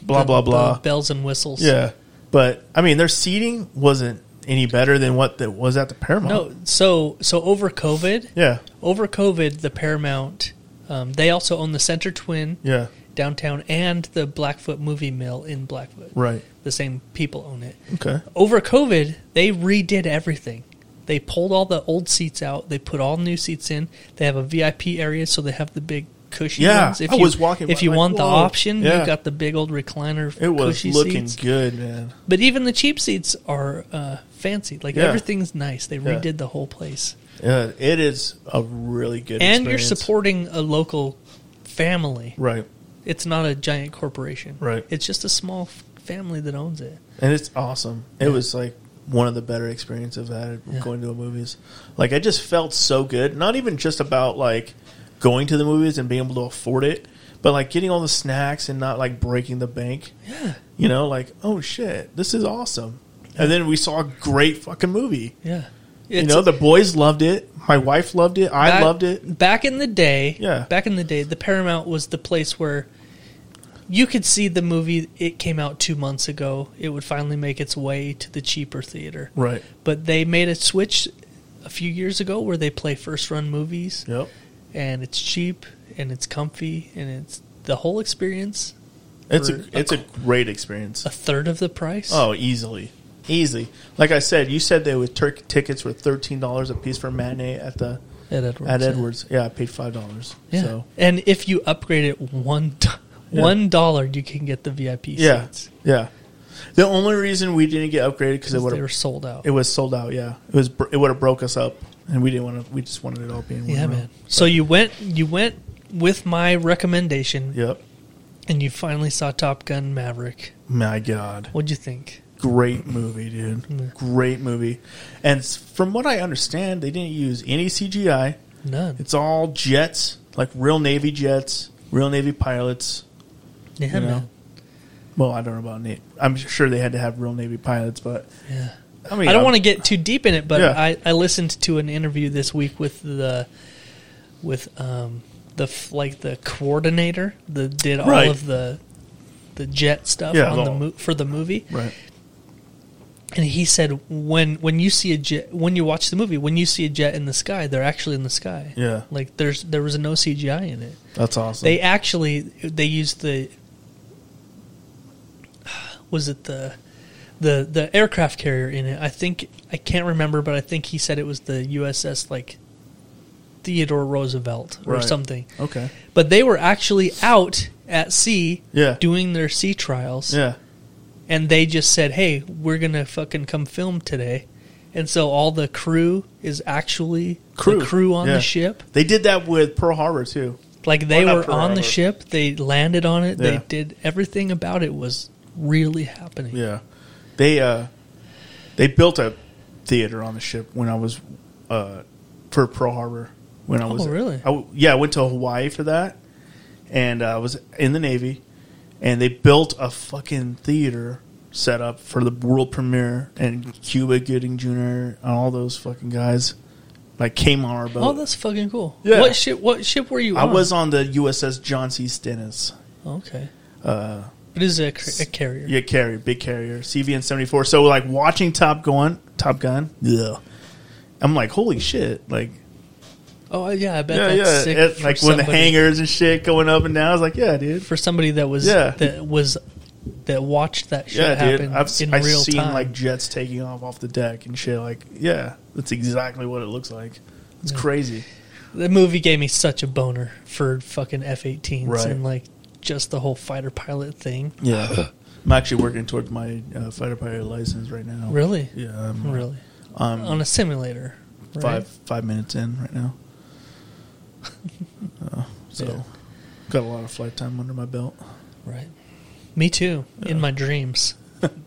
blah The- blah blah. the bells and whistles. Yeah, but I mean, their seating wasn't any better than what that was at the Paramount. No, so so over COVID, Yeah, over COVID, the Paramount, um, they also own the Center Twin yeah, downtown and the Blackfoot Movie Mill in Blackfoot. right. The same people own it. Okay. Over COVID, they redid everything. They pulled all the old seats out. They put all new seats in. They have a VIP area, so they have the big cushy Yeah, ones. I you, was walking If by, you like, want the whoa. option, Yeah. you've got the big old recliner. It was cushy looking seats. good, man. But even the cheap seats are uh, fancy. Like Yeah. everything's nice. They Yeah. redid the whole place, Yeah, Uh, it is a really good. and you're experience. supporting a local family. right? It's not a giant corporation. Right. It's just a small f- family that owns it. And it's awesome. It was like one of the better experiences I've had Yeah. going to the movies. Like I just felt so good. Not even just about like going to the movies and being able to afford it, but like getting all the snacks and not like breaking the bank. Yeah. You know, like oh shit, this is awesome. And then we saw a great fucking movie. Yeah. you It's- know, the boys loved it. My wife loved it. I back- loved it. Back in the day, Yeah. Back in the day, the Paramount was the place where you could see the movie. It came out two months ago. It would finally make its way to the cheaper theater. Right. But they made a switch a few years ago where they play first run movies, Yep. and it's cheap and it's comfy and it's the whole experience It's For a a it's a great experience. a third of the price. Oh, easily, easily. Like I said, you said they would Turk tickets were thirteen dollars a piece for a matinee at the at Edwards. at yeah. Edwards. Yeah, I paid five dollars. Yeah. So And if you upgrade it one do- (laughs) Yeah. one dollar, you can get the VIP yeah, seats. yeah. The only reason we didn't get upgraded because it Because would they were have sold out. it was sold out. Yeah, it was br- it would have broke us up, and we didn't want to. We just wanted it all being one Yeah, room. man. So you went you went with my recommendation Yep. and you finally saw Top Gun Maverick. My God. What'd you think? Great movie, dude. Great movie. And s- from what I understand, they didn't use any CGI. None. It's all jets, like real Navy jets, real Navy pilots. Yeah, you know? man. Well, I don't know about Navy. I'm sure they had to have real Navy pilots, but Yeah. I mean, I don't want to get too deep in it, but Yeah. I, I listened to an interview this week with the with um the f- like the coordinator that did all Right. of the the jet stuff Yeah, on the the- mo- for the movie. Right. and he said when when you see a jet when you watch the movie when you see a jet in the sky they're actually in the sky Yeah. like there's there was no cgi in it That's awesome. they actually they used the was it the the the aircraft carrier in it i think i can't remember but i think he said it was the uss like theodore roosevelt or Right. something okay. but they were actually out at sea Yeah. doing their sea trials Yeah. and they just said, "Hey, we're gonna fucking come film today," and so all the crew is actually Crew. the crew on Yeah. the ship. They did that with Pearl Harbor too. Like they Well, not were Pearl on the Harbor. ship, they landed on it, they Yeah. did everything about it was really happening. Yeah. They uh they built a theater on the ship when I was uh for Pearl Harbor when I was. really? I w- yeah, I went to Hawaii for that, and uh, I was in the Navy, and they built a fucking theater set up for the world premiere, and Cuba Gooding Jr. and all those fucking guys like came on our boat. Oh, that's fucking cool. Yeah. What ship? What ship were you? I on? was on the USS John C. Stennis. okay. but is it a, ca- a carrier? uh, Yeah, carrier, big carrier, CVN seventy four. So like watching Top Gun, Top Gun. Yeah, I'm like, holy shit! Like, Oh yeah, I bet yeah, that's yeah. sick. It- for like when the somebody- hangers and shit going up and down. I was like, yeah, dude. for somebody that was Yeah. that was that watched that shit Yeah, happen dude. I've, s- in I've real seen time. like jets taking off off the deck and shit. Like, yeah, that's exactly what it looks like. It's crazy. the movie gave me such a boner for fucking F-18s Right. and like just the whole fighter pilot thing. Yeah. I'm actually working towards my uh, fighter pilot license right now. Really, Yeah, I'm really, on a simulator. right? Mm-hmm. five five minutes in right (laughs) now. Uh, so, Yeah. got a lot of flight time under my belt. (laughs) right? Me too. In my dreams.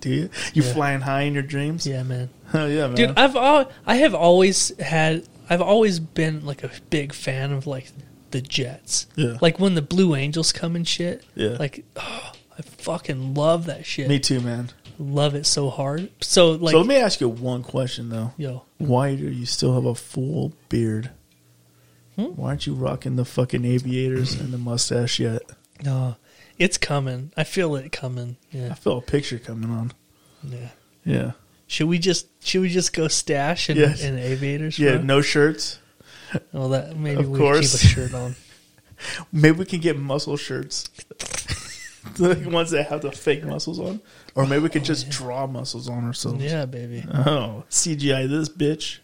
Do you? You Yeah. flying high in your dreams? Yeah, man. Hell yeah, man. Dude, I've al- I have always had I've always been like a big fan of like the Jets. Yeah. Like when the Blue Angels come and shit. Yeah. Like oh, I fucking love that shit. Me too, man. Love it so hard. So like so let me ask you one question though. yo, Why do you still have a full beard? Hmm? Why aren't you rocking the fucking aviators and the mustache yet? no. It's coming. I feel it coming. Yeah. I feel a picture coming on. Yeah. Yeah. Should we just should we just go stash and, Yes. and aviators? Yeah, bro? no shirts. Well, that maybe Of we course. keep a (laughs) shirt on. Maybe we can get muscle (laughs) shirts. the ones that have the fake muscles on. Or maybe we could just draw muscles on ourselves. Oh, Yeah, baby. Oh, CGI this bitch.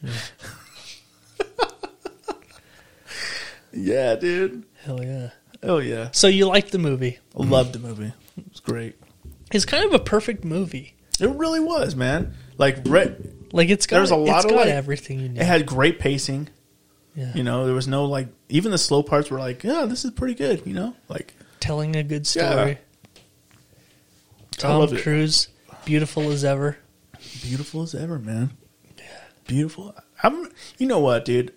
(laughs) yeah, dude. Hell yeah. Oh yeah. So you liked the movie? I loved the movie. It was great. It's kind of a perfect movie. It really was, man. Like re- Like it's got There's a lot it's of, got like- everything you need. it had great pacing. yeah. You know, there was no like even the slow parts were like, yeah, this is pretty good, you know? Like telling a good Yeah. story. I Tom loved it. Cruise, beautiful as ever. beautiful as ever, man. Beautiful. I'm you know what, dude?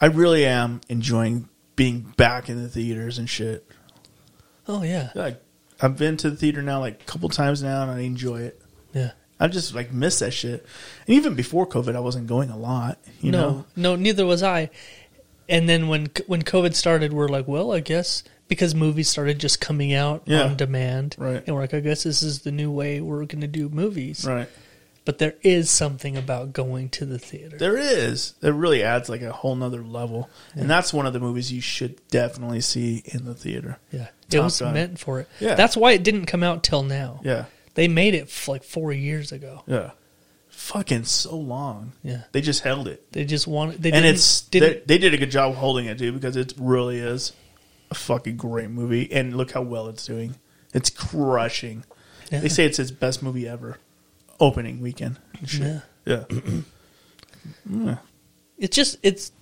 I really am enjoying being back in the theaters and shit. Oh yeah, Like I've been to the theater now like a couple times now and I enjoy it. yeah. I just like miss that shit. And even before COVID, I wasn't going a lot. You no, know, no, neither was I. And then when when COVID started, we're like, well, I guess because movies started just coming out Yeah. on demand, Right. And we're like, I guess this is the new way we're going to do movies, right? But there is something about going to the theater. There is. It really adds like a whole nother level, and that's one of the movies you should definitely see in the theater. yeah, it Top was Gun. meant for it. Yeah. That's why it didn't come out till now. Yeah, They made it f- like four years ago. yeah. Fucking so long. Yeah. they just held it, They just wanted. They and didn't, it's didn't they, they did a good job holding it, dude, because it really is a fucking great movie, and look how well it's doing. It's crushing. Yeah. They say it's its best movie ever. Opening weekend. Shit. (clears throat) Yeah. yeah. it's just it's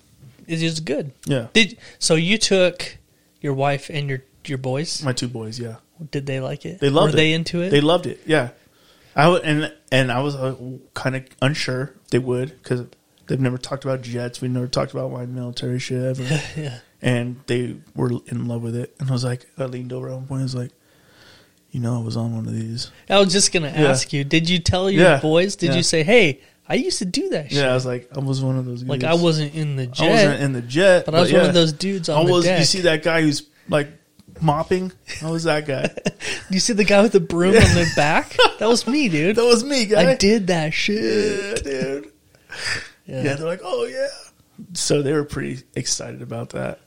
it's just good. Yeah. Did so you took your wife and your your boys? My two boys, yeah. Did they like it? They loved Were it. they into it? (laughs) They loved it. Yeah. I w- and and I was uh, kind of unsure they would cuz they've never talked about jets. We've never talked about wide military shit ever. (laughs) yeah. And they were in love with it. And I was like I leaned over at one point I was like you know I was on one of these. I was just gonna Yeah. ask you. Did you tell your Yeah. boys? Did Yeah. you say, "Hey, I used to do that shit. Yeah, I was like I was one of those Like dudes. I wasn't in the I jet, wasn't in the jet, but I was one yeah. of those dudes I on was the deck. you see that guy who's like mopping? I was that (laughs) guy. You see the guy with the broom on the back? (laughs) That was me, dude. that was me, guy. I did that shit. Yeah, dude. Yeah. Yeah, they're like, oh yeah. So they were pretty excited about that.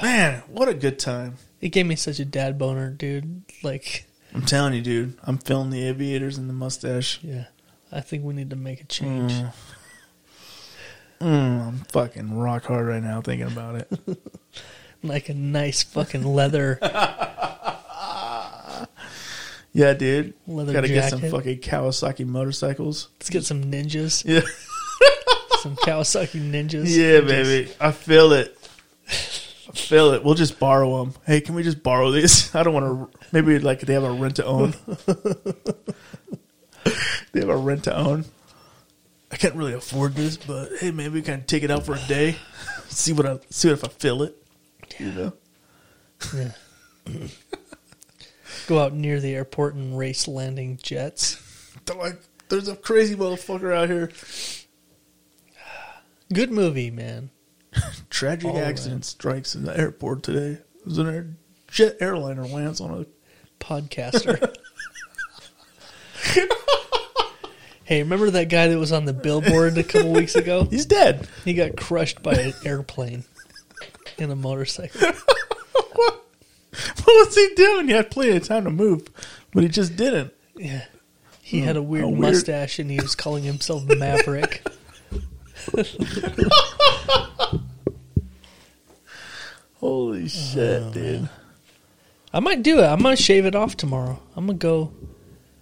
Man, what a good time! It gave me such a dad boner, dude. Like, I'm telling you, dude. I'm feeling the aviators and the mustache. yeah. I think we need to make a change. Mm, I'm fucking rock hard right now thinking about it. Like a nice fucking leather (laughs) Yeah, dude. Leather Gotta get some jacket. fucking Kawasaki motorcycles. Let's get some (laughs) ninjas. Yeah. some Kawasaki ninjas. Yeah, baby. (laughs) I feel it. I feel it. We'll just borrow them. Hey, can we just borrow these? (laughs) I don't want to. Maybe like they have (laughs) a rent to own. they have a rent to own. I can't really afford this, but hey, maybe we can take it out for a (sighs) day, see what I see if I feel it. You know, Yeah. Go out near the airport and race landing jets. They're like there's a crazy motherfucker out here. Good movie, man. Tragic All accident strikes in the airport today. It was an air, jet airliner lands on a (laughs) Podcaster. hey, remember that guy that was on the billboard a couple weeks ago? He's dead. (laughs) He got crushed by an airplane in a motorcycle. What was he doing? He had plenty of time to move, but he just didn't. Yeah. He had a weird, weird- mustache and he was calling himself Maverick. Oh, Holy shit, dude! I might do it. I'm gonna shave it off tomorrow. I'm gonna go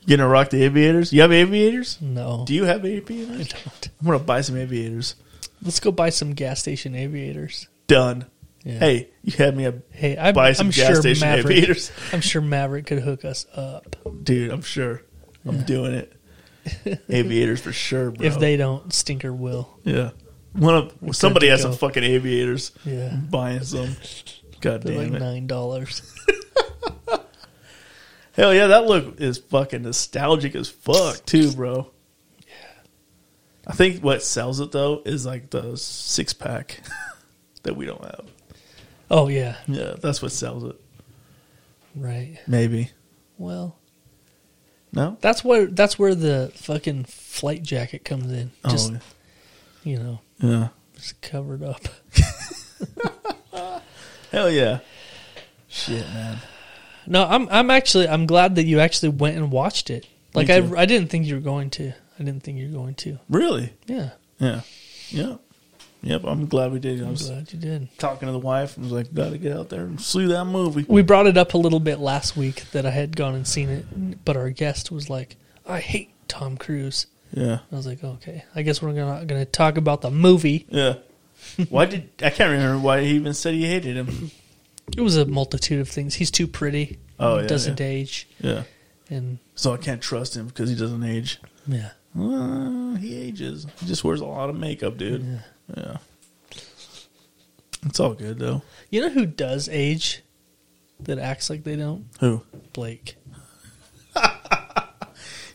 You gonna rock the aviators? You have aviators? no. Do you have aviators? I don't. I'm gonna buy some aviators. (laughs) Let's go buy some gas station aviators. Done. Yeah. Hey, you had me a Hey, I, Buy some I'm gas sure station Maverick. aviators. (laughs) I'm sure Maverick could hook us up dude. I'm sure. I'm doing (laughs) it. aviators for sure, bro. if they don't. Stinker will. yeah, one of somebody has go. some fucking aviators. Yeah. I'm buying (laughs) some. God They're damn like it! nine dollars. Hell yeah, that look is fucking nostalgic as fuck too, bro. Yeah. I think what sells it though is like the six pack (laughs) that we don't have. Oh yeah, Yeah, that's what sells it. right. Maybe. Well, No? that's where that's where the fucking flight jacket comes in. Just oh, you know, yeah. just covered up. Hell yeah. Shit, man. No, I'm I'm actually I'm glad that you actually went and watched it. Like I too. I didn't think you were going to. I didn't think you were going to. Really? Yeah, Yeah. Yeah. Yep, I'm glad we did. I I'm was glad you did. talking to the wife and was like, gotta get out there and see that movie. We brought it up a little bit last week that I had gone and seen it, but our guest was like, "I hate Tom Cruise." Yeah. I was like, "Okay, I guess we're gonna gonna talk about the movie." Yeah. (laughs) why did I can't remember why he even said he hated (laughs) him. It was a multitude of things. He's too pretty. Oh, He yeah, doesn't yeah. age, Yeah. and So I can't trust him because he doesn't age. yeah, Well, he ages. He just wears a lot of makeup, dude. Yeah. It's all good though. you know who does age that acts like they don't? Who? Blake.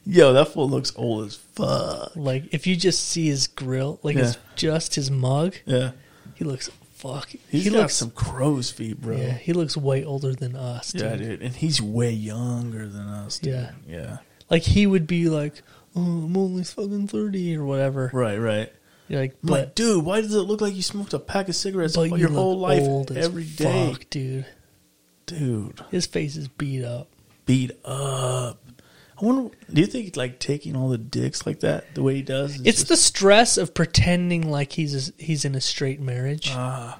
Yo, that fool looks old as fuck. Like if you just see his grill, like it's Yeah. just his mug, Yeah. he looks fuck. He's he got looks some crow's feet, bro. yeah, Yeah, he looks way older than us. Dude. dude. And he's way younger than us. Dude. Yeah. Yeah. Like he would be like, oh, I'm only fucking thirty or whatever. Right, right. You're like, I'm like, but dude, why does it look like you smoked a pack of cigarettes but you your look whole life old as every day? fuck, dude. Dude. His face is beat up. Beat up. I wonder do you think like taking all the dicks like that the way he does? is It's just- the stress of pretending like he's he's in a straight marriage. Uh, ah.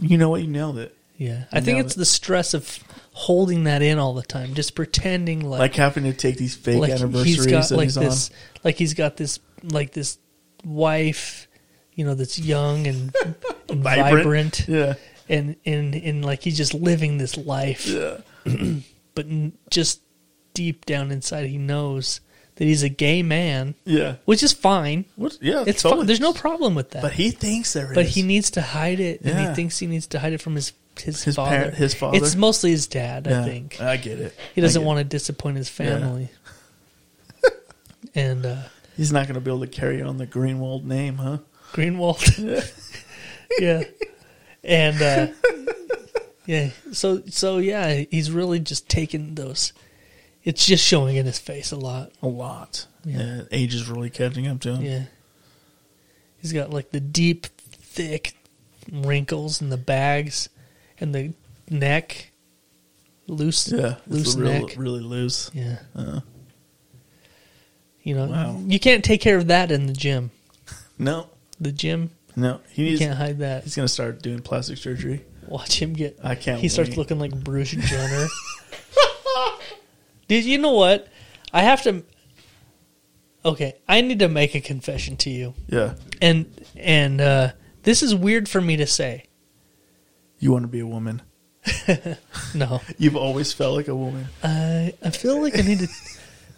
you know what, you nailed it. yeah, I think now it's the stress of holding that in all the time, just pretending like like having to take these fake like anniversaries he's got that like he's this on. like he's got this like this wife, you know, that's (laughs) young and, and vibrant, Yeah. and and and like he's just living this life. Yeah. (clears throat) but n- just deep down inside, he knows that he's a gay man, Yeah. which is fine. What? Yeah. It's totally. fine. There's no problem with that. But he thinks there is. But he needs to hide it, and Yeah. he thinks he needs to hide it from his his, His father. parent- his father. It's mostly his dad, Yeah, I think. I get it. He doesn't I get want to disappoint (laughs) his family. and uh, it. He's not going to be able to carry on the Greenwald name, huh? Greenwald, (laughs) yeah, and uh, yeah. So so yeah, he's really just taking those. It's just showing in his face a lot. A lot. Yeah. Yeah. Age is really catching up to him. Yeah. He's got like the deep, thick wrinkles and the bags and the neck. Loose Yeah. It's loose real- neck. really loose. yeah. Uh, You know Wow. you can't take care of that in the gym. no. The gym No. He you needs. can't hide that. He's going to start doing plastic surgery. Watch him get I can't he starts wait. looking like Bruce (laughs) Jenner. Dude, you know what? I have to Okay, I need to make a confession to you. Yeah. And and uh this is weird for me to say. You want to be a woman. No. You've always felt like a woman. I (laughs) I feel like I need to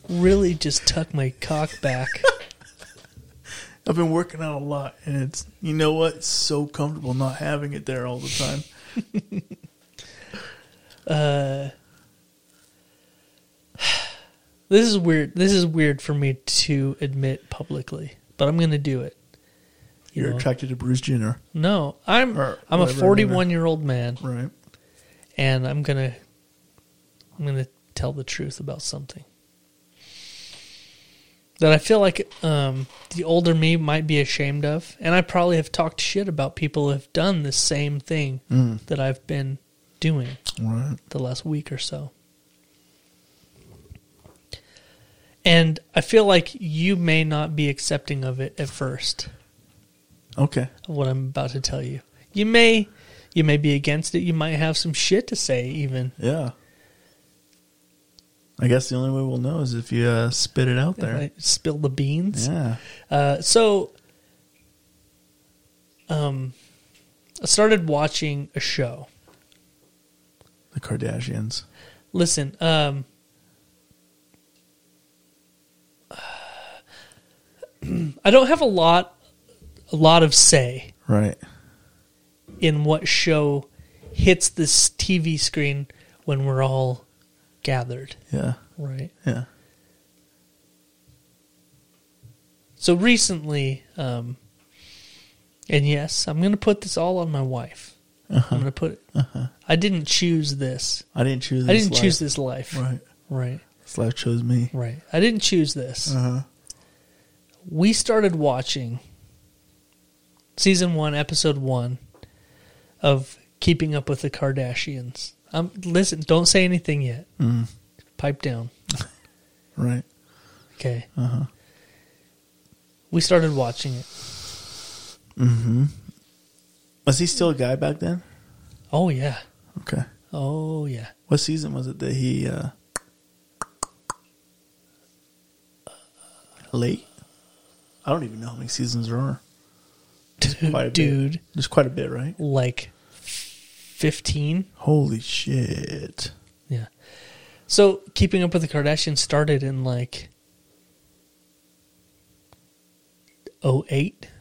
really just tuck my cock back I've been working out a lot, and it's you know what? It's so comfortable not having it there all the time. Uh, This is weird. This is weird for me to admit publicly, but I'm going to do it. You You're know? attracted to Bruce Jenner, No, I'm Or I'm a whatever, 41 year old man, right? and I'm gonna I'm gonna tell the truth about something that I feel like um, the older me might be ashamed of, and I probably have talked shit about people who have done the same thing Mm. that I've been doing Right. the last week or so. And I feel like you may not be accepting of it at first Okay. of what I'm about to tell you. You may you may be against it. You might have some shit to say even. Yeah. I guess the only way we'll know is if you uh, spit it out there. Right? Spill the beans. Yeah. Uh, so um I started watching a show. The Kardashians. Listen, um (sighs) I don't have a lot a lot of say Right. in what show hits this TV screen when we're all gathered, Yeah. right? Yeah. So recently, um, and yes, I'm going to put this all on my wife. Uh-huh. I'm going to put. I didn't choose this. I didn't choose. This I didn't life. choose this life. Right. Right. This life chose me. Right. I didn't choose this. Uh huh. We started watching season one, episode one of Keeping Up with the Kardashians. Um, listen, don't say anything yet. Mm. Pipe down. Right. Okay. Uh-huh. We started watching it. Was he still a guy back then? Oh yeah. Okay. Oh yeah. What season was it that he uh late? I don't even know how many seasons there are. Quite a bit. Dude, dude There's quite a bit, right? like 15. Holy shit. Yeah. So, keeping up with the Kardashians started in like 08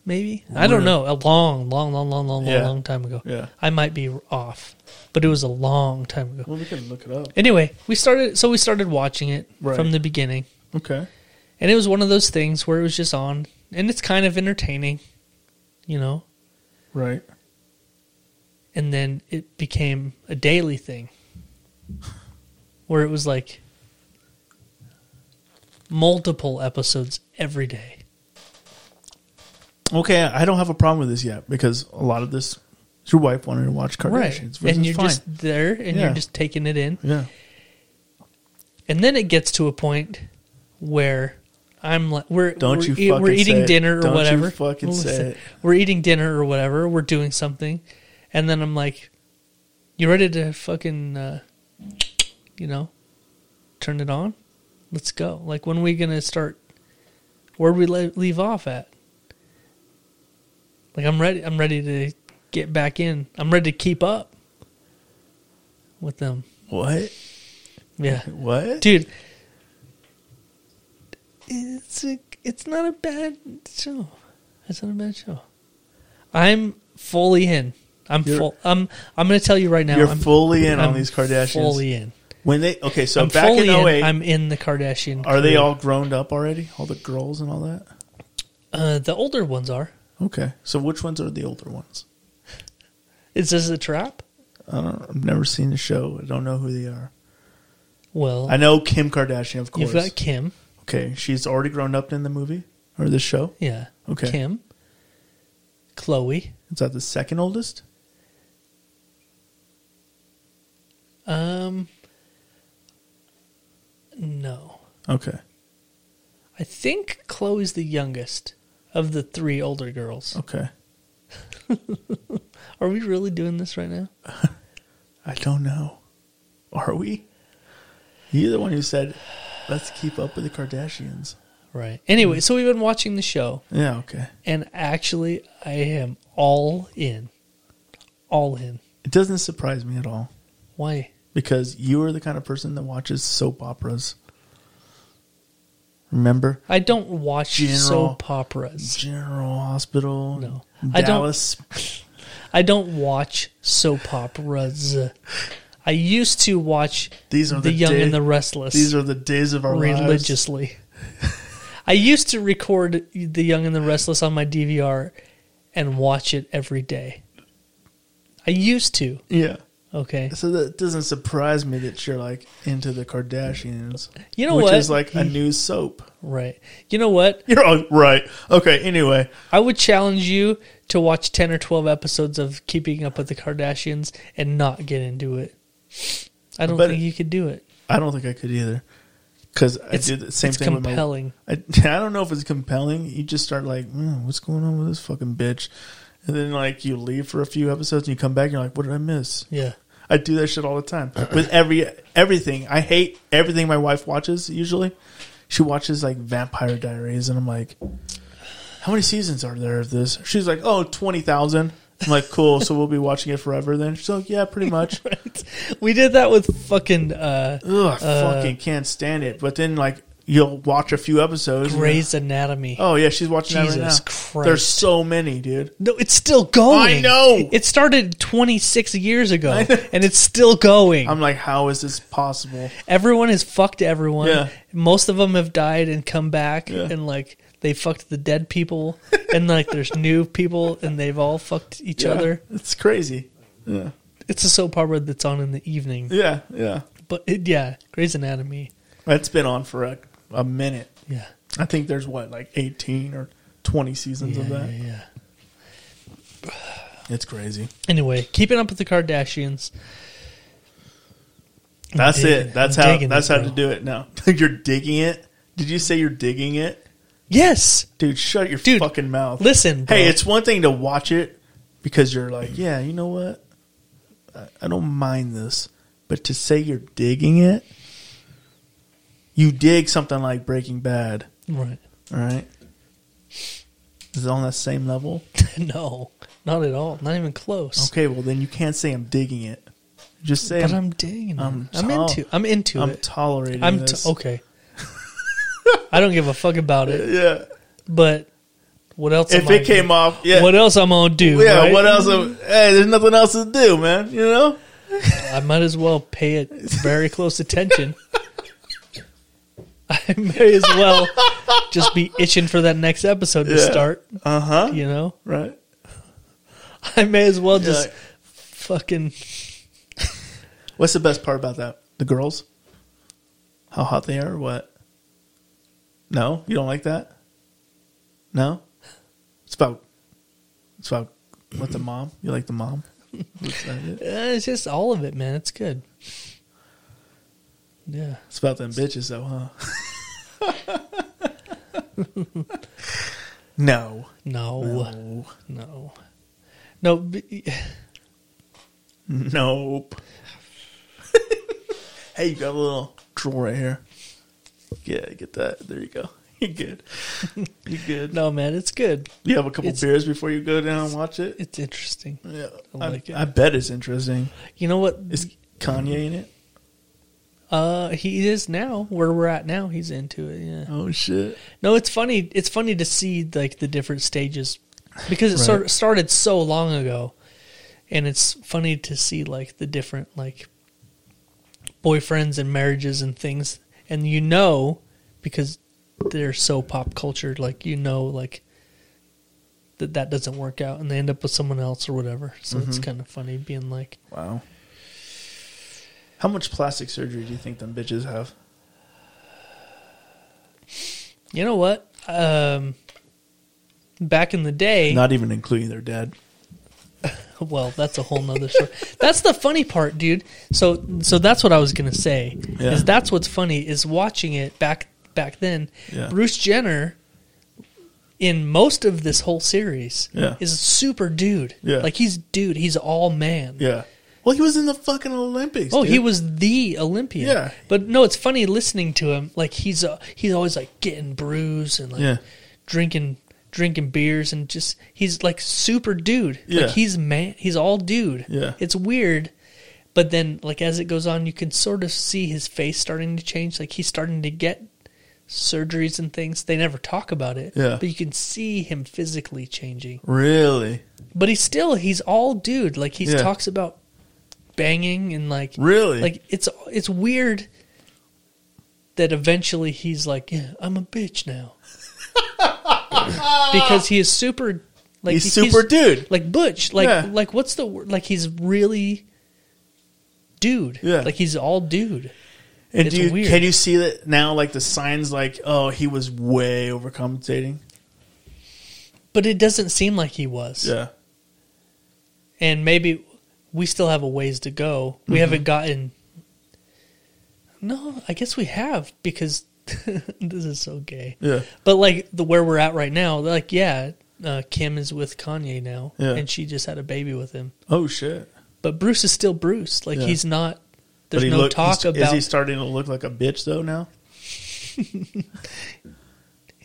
maybe. I don't Really? know, a long long long long long Yeah. long long time ago. Yeah. I might be off, but it was a long time ago. Well we can look it up. Anyway, we started so we started watching it Right. from the beginning. Okay. And it was one of those things where it was just on and it's kind of entertaining, you know. Right. and then it became a daily thing where it was like multiple episodes every day. Okay, I don't have a problem with this yet because a lot of this your wife wanted to watch Kardashians, which And is you're fine. just there and Yeah. you're just taking it in. yeah. And then it gets to a point where I'm like, we're, Don't we're, you eat- we're fucking eating say it. dinner or Don't you whatever. fucking Well, say listen, it. We're eating dinner or whatever. We're doing something. And then I'm like, you ready to fucking, uh, you know, turn it on? Let's go. Like, when are we going to start? Where'd we le- leave off at? Like, I'm ready. I'm ready to get back in. I'm ready to keep up with them. What? Yeah What? dude. It's a, it's not a bad show. It's not a bad show. I'm fully in. I'm You're- full. I'm I'm gonna tell you right now. You're I'm fully in I'm on these Kardashians. Fully in. When they okay, so I'm back in fully 08, I'm in the Kardashian. are they crew. all grown up already? All the girls and all that? Uh, the older ones are. Okay. So which ones are the older ones? Is this a trap? I don't, Uh, I've never seen the show. I don't know who they are. Well, I know Kim Kardashian, of course. you've got Kim. okay, she's already grown up in the movie or the show. Yeah. Okay. Kim. Chloe. Is that the second oldest? Um. No. Okay, I think Chloe's the youngest of the three older girls. okay. Are we really doing this right now? I don't know. Are we? You're the one who said, "Let's keep up with the Kardashians." Right. Anyway, so we've been watching the show, Yeah. Okay. and actually, I am all in. All in. It doesn't surprise me at all Why? because you are the kind of person that watches soap operas. Remember? I don't watch General- soap operas. General Hospital. No. I don't- Dallas. I don't watch soap operas. I used to watch These are The the Young day- and the Restless These are the days of our lives. religiously. I used to record The Young and the Restless on my DVR and watch it every day. I used to, Yeah. okay. So that doesn't surprise me that you're like into the Kardashians. You know which what? is like a new (laughs) soap. Right. You know what? You're all right. Okay. Anyway, I would challenge you to watch 10 or 12 episodes of Keeping Up with the Kardashians and not get into it. I don't But- think you could do it. I don't think I could either because I It's- did the same it's thing. compelling. With my, I, (laughs) I don't know if it's compelling. You just start like, "Mm, what's going on with this fucking bitch? And then like you leave for a few episodes and you come back and you're like, what did I miss? (laughs) Yeah. I do that shit all the time (clears throat) with every everything. I hate everything my wife watches. Usually, she watches like Vampire Diaries, and I'm like, "How many seasons are there of this?" She's like, "Oh, 20,000. I'm like, "Cool, so we'll be watching it forever then." She's like, "Yeah, pretty (laughs) much." We did that with fucking uh, Ugh, I fucking can't stand it. But then like you'll watch a few episodes. and- Grey's Anatomy. Oh yeah, she's watching that right Jesus now. Christ. There's so many, dude. No, it's still going. I know. It started 26 years ago, and it's still going. I'm like, how is this possible? everyone has fucked everyone. Yeah. Most of them have died and come back, Yeah. and like they fucked the dead people, (laughs) and like there's new people, and they've all fucked each Yeah, other. It's crazy. Yeah. It's a soap opera that's on in the evening, Yeah. Yeah. but it, yeah, Grey's Anatomy. It's been on for a, a minute. Yeah, I think there's what like 18 or 20 seasons yeah, of yeah, that. yeah. It's crazy. Anyway, keeping up with the Kardashians. I'm That's digging it. That's I'm how digging that's it, how bro. to do it now. (laughs) you're digging it? Did you say you're digging it? Yes. Dude, shut your Dude, fucking mouth. Listen, bro. Hey, it's one thing to watch it because you're like, yeah, you know what? I, I don't mind this. But to say you're digging it, you dig something like Breaking Bad, right. (laughs) all right? Is it on that same level? no, not at all. Not even close. Okay, well then you can't say I'm digging it. Just say But I'm, I'm digging. I'm I'm, I'm tol- into. I'm into I'm it. tolerating I'm this. t- (laughs) okay. I don't give a fuck about it. Yeah. But What else? if am I it came gonna- off, yeah. What else I'm gonna do? yeah, right? what else? am- hey, there's nothing else to do, man. You know? I might as well pay it very (laughs) close attention. (laughs) I may as well just be itching for that next episode to Yeah. start. Uh huh. You know, (laughs) Right. I may as well just like- fucking What's the best part about that? The girls? How hot they are? or What? No, you don't like that. No, it's about it's about what the mom. You like the (laughs) mom? Is that it? Uh, it's just all of it, man. It's good. Yeah. It's about them bitches, though, huh? (laughs) no, No. no, No. No. b nope. (laughs) hey, you got a little drawer right here. Yeah, get that. There you go. (laughs) You're good. You're good. No, man. It's good. You have a couple It's- beers before you go down and watch it. It's interesting. Yeah, I I, like it. I bet it's interesting. You know what? Is Kanye in it? Uh, he is now where we're at now. He's into it. Yeah. Oh shit! No, it's funny. It's funny to see like the different stages because it sort of started so long ago, and it's funny to see like the different like boyfriends and marriages and things, and you know because they're so pop culture, like you know, like that that doesn't work out, and they end up with someone else or whatever. So it's kind of funny being like, Wow. How much plastic surgery do you think them bitches have? you know what? Um, back in the day, Not even including their dad. Well, that's a whole nother story. that's the funny part, dude. So, so that's what I was gonna say. Yeah. Is that's what's funny is watching it back back then. Yeah. Bruce Jenner, in most of this whole series, Yeah. is a super dude. Yeah. Like he's dude. He's all man. Yeah. Well, he was in the fucking Olympics. Oh, dude. he was the Olympian. Yeah. But no, it's funny listening to him. Like he's uh, he's always like getting bruised and like Yeah. drinking drinking beers and just he's like super dude. Yeah. Like he's man. He's all dude. Yeah. It's weird. But then, like as it goes on, you can sort of see his face starting to change. Like he's starting to get surgeries and things, they never talk about it. Yeah. But you can see him physically changing. Really? But he's still he's all dude. Like he Yeah. talks about banging and like Really? like it's it's weird that eventually he's like, yeah, I'm a (laughs) bitch now. because he is super like He's super dude. Like butch. Like Yeah. like what's the word? Like he's really dude. Yeah. Like he's all dude. And It's do you, weird. can you see that now? Like the signs, like oh, he was way overcompensating. But it doesn't seem like he was. Yeah, and maybe we still have a ways to go. Mm-hmm. We haven't gotten. No, I guess we have because (laughs) this is so gay. Yeah. But like the where we're at right now, like yeah, uh, Kim is with Kanye now, Yeah. and she just had a baby with him. Oh shit! But Bruce is still Bruce. Like Yeah. he's not. But There's he no look- he's- talk Is about. he He's, starting to look like a bitch though now?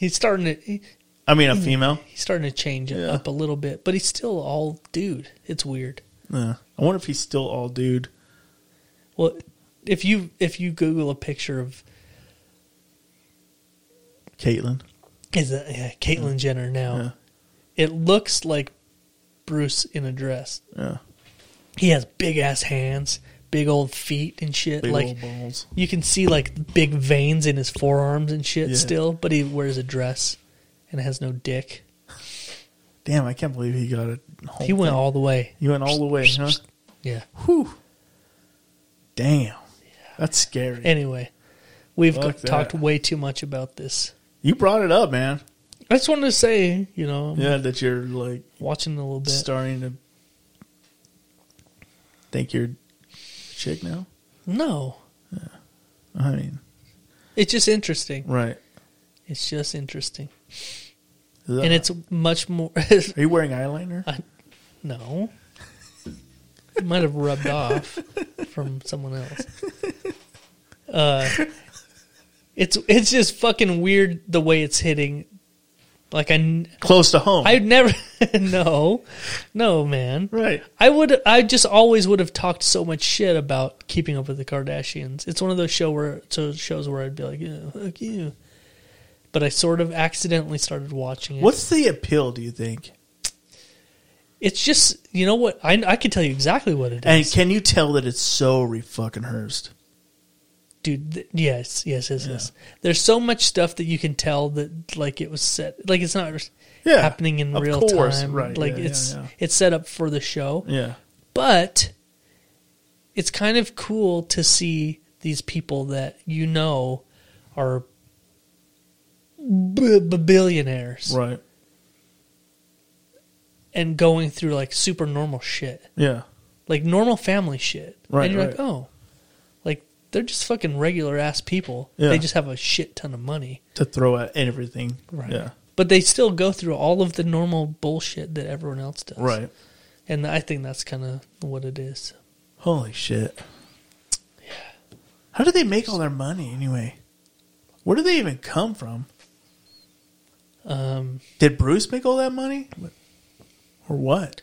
starting to. he- I mean, a Hmm. female. He's starting to change it Yeah. up a little bit, but he's still all dude. It's weird. Yeah. I wonder if he's still all dude. Well, if you if you Google a picture of Caitlyn. is that yeah, Caitlyn Jenner now. Yeah. It looks like Bruce in a dress. Yeah. He has big ass hands, big old feet and shit. Big like old balls. you can see like big veins in his forearms and shit Yeah. still, but he wears a dress and has no dick. Damn, I can't believe he got it. He went all the way. He went all the way, huh? Yeah. Whew. Damn. That's scary. Anyway, we've Fuck got- that. talked way too much about this. you brought it up, man. I just wanted to say, you know, I'm Yeah, that you're like watching a little bit. starting to think you're a chick now. No, I mean, it's just interesting. right. It's just interesting, Is that- and it's much more. (laughs) are you wearing eyeliner? No. It might have rubbed off from someone else. Uh, it's it's just fucking weird the way it's hitting. Like I n- Close to home. I'd never (laughs) no no man right. I would I just always would have talked so much shit about keeping up with the Kardashians. It's one of those show where so shows where I'd be like yeah, fuck you, but I sort of accidentally started watching it. What's the appeal, do you think? It's just you know what I I can tell you exactly what it is. And can you tell that it's so re fucking Hearst? dude th- yes yes yes yes there's so much stuff that you can tell that like it was set like it's not Yeah, happening in of real course, time right, like yeah, yeah, it's yeah. it's set up for the show Yeah. but it's kind of cool to see these people that you know are b- b- billionaires Right. and going through like super normal shit Yeah. like normal family shit. Right, And you're like, right. oh, like they're just fucking regular ass people. Yeah. They just have a shit ton of money. To throw at everything. Yeah. But they still go through all of the normal bullshit that everyone else does. Right. And I think that's kind of what it is. Holy shit. How do they make all their money anyway? Where do they even come from? Um, Did Bruce make all that money? Or what?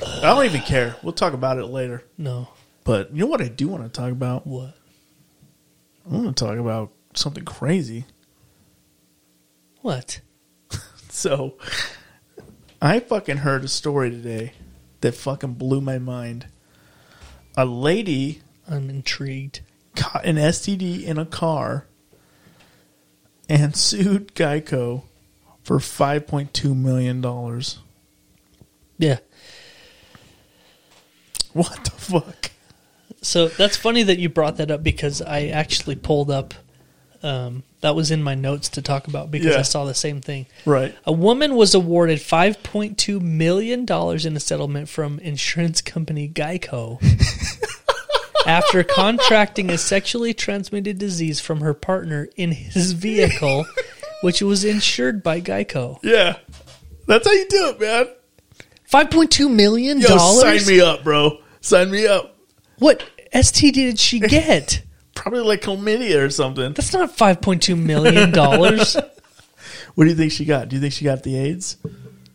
I don't even care. We'll talk about it later. no. But you know what I do want to talk about? What? I want to talk about something crazy. What? So I fucking heard a story today that fucking blew my mind. A lady I'm intrigued. caught an STD in a car and sued Geico for $5.2 million. What Yeah. the fuck? So that's funny that you brought that up because I actually pulled up. Um, that was in my notes to talk about because Yeah. I saw the same thing. Right. A woman was awarded $5.2 million in a settlement from insurance company (laughs) Geico after contracting a sexually transmitted disease from her partner in his vehicle, which was insured by Geico. Yeah. That's how you do it, man. $5.2 million? Yo, sign me up, bro. Sign me up. What STD did she get? Probably like chlamydia or something. That's not $5.2 (laughs) million. What do you think she got? Do you think she got the AIDS?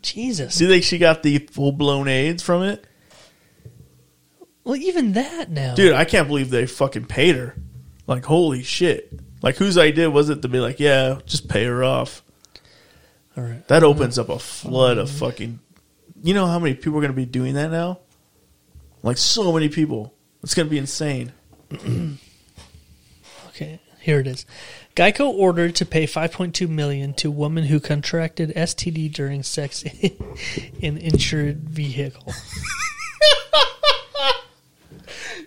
Jesus. Do you think she got the full blown AIDS from it? Well, even that now. Dude, I can't believe they fucking paid her. Like, holy shit. Like whose idea was it to be like, yeah, just pay her off? All right. That opens up a flood of fucking. You know how many people are going to be doing that now? Like so many people. It's going to be insane. Okay, here it is. Geico ordered to pay 5.2 million to woman who contracted STD during sex (laughs) in insured vehicle.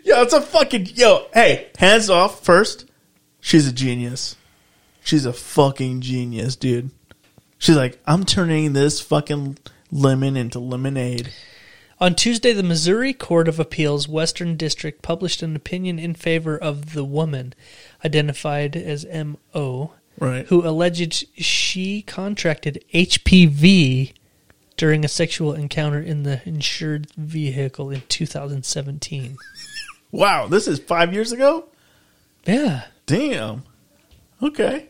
Yo, it's a fucking yo. Hey, hands off first. She's a genius. She's a fucking genius, dude. She's like, I'm turning this fucking lemon into lemonade. On Tuesday, the Missouri Court of Appeals Western District published an opinion in favor of the woman, identified as M.O., Right. who alleged she contracted HPV during a sexual encounter in the insured vehicle in 2017. Wow, this is five years ago. Yeah. Damn. Okay.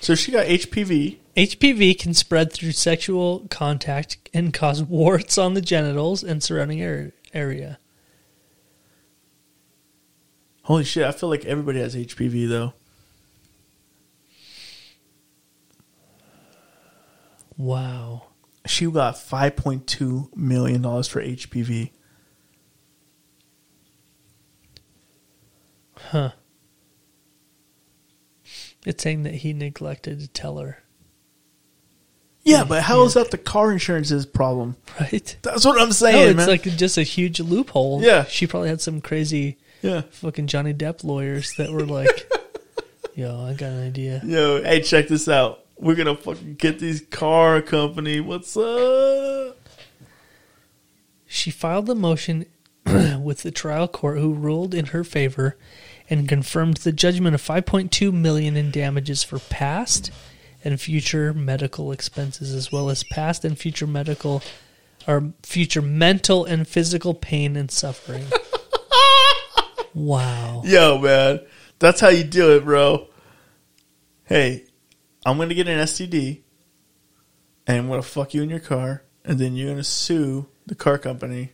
So she got HPV. HPV can spread through sexual contact and cause (laughs) warts on the genitals and surrounding ar- area. Holy shit! I feel like everybody has HPV though. Wow. She got five point two million dollars for HPV. It's saying that he neglected to tell her, (laughs) Yeah, but how is that the car insurance's problem? right? That's what I'm No, saying, it's man. like just a huge loophole. Yeah. She probably had some crazy yeah. fucking Johnny Depp lawyers that were (laughs) like, yo, I got an idea. Yo, hey, check this out. We're gonna fucking get these car company. What's up? She filed the motion (clears throat) with the trial court who ruled in her favor and confirmed the judgment of 5.2 million in damages for past and future medical expenses as well as past and future medical or future mental and physical pain and suffering. wow. Yo, man, that's how you do it, bro. Hey, I'm gonna get an STD, and I'm gonna fuck you in your car, and then you're gonna sue the car company.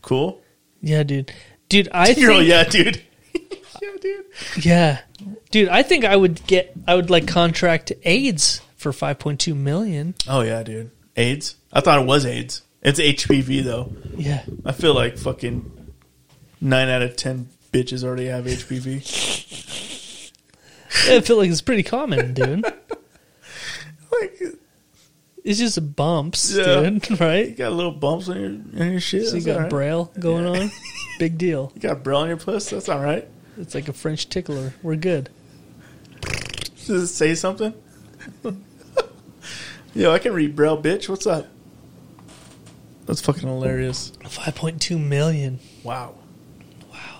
Cool. Yeah, dude. Dude, I (laughs) You're all, think, yeah, dude. yeah, dude. yeah. Dude, I think I would get I would like contract AIDS for 5.2 million. Oh yeah, dude. AIDS. I thought it was AIDS. It's HPV though. Yeah. I feel like fucking nine out of ten bitches already have HPV. I feel like it's pretty common, dude. like It's just bumps, Yeah. dude. (laughs) you Right? got little bumps on your on your shit. So you that's got alright. braille (laughs) going on. Big deal. You got braille on your puss. That's all right. It's like a French tickler. We're good. Does it say something? (laughs) Yo, I can read braille, bitch. What's up? That's fucking hilarious. Five point two million. Wow. Wow.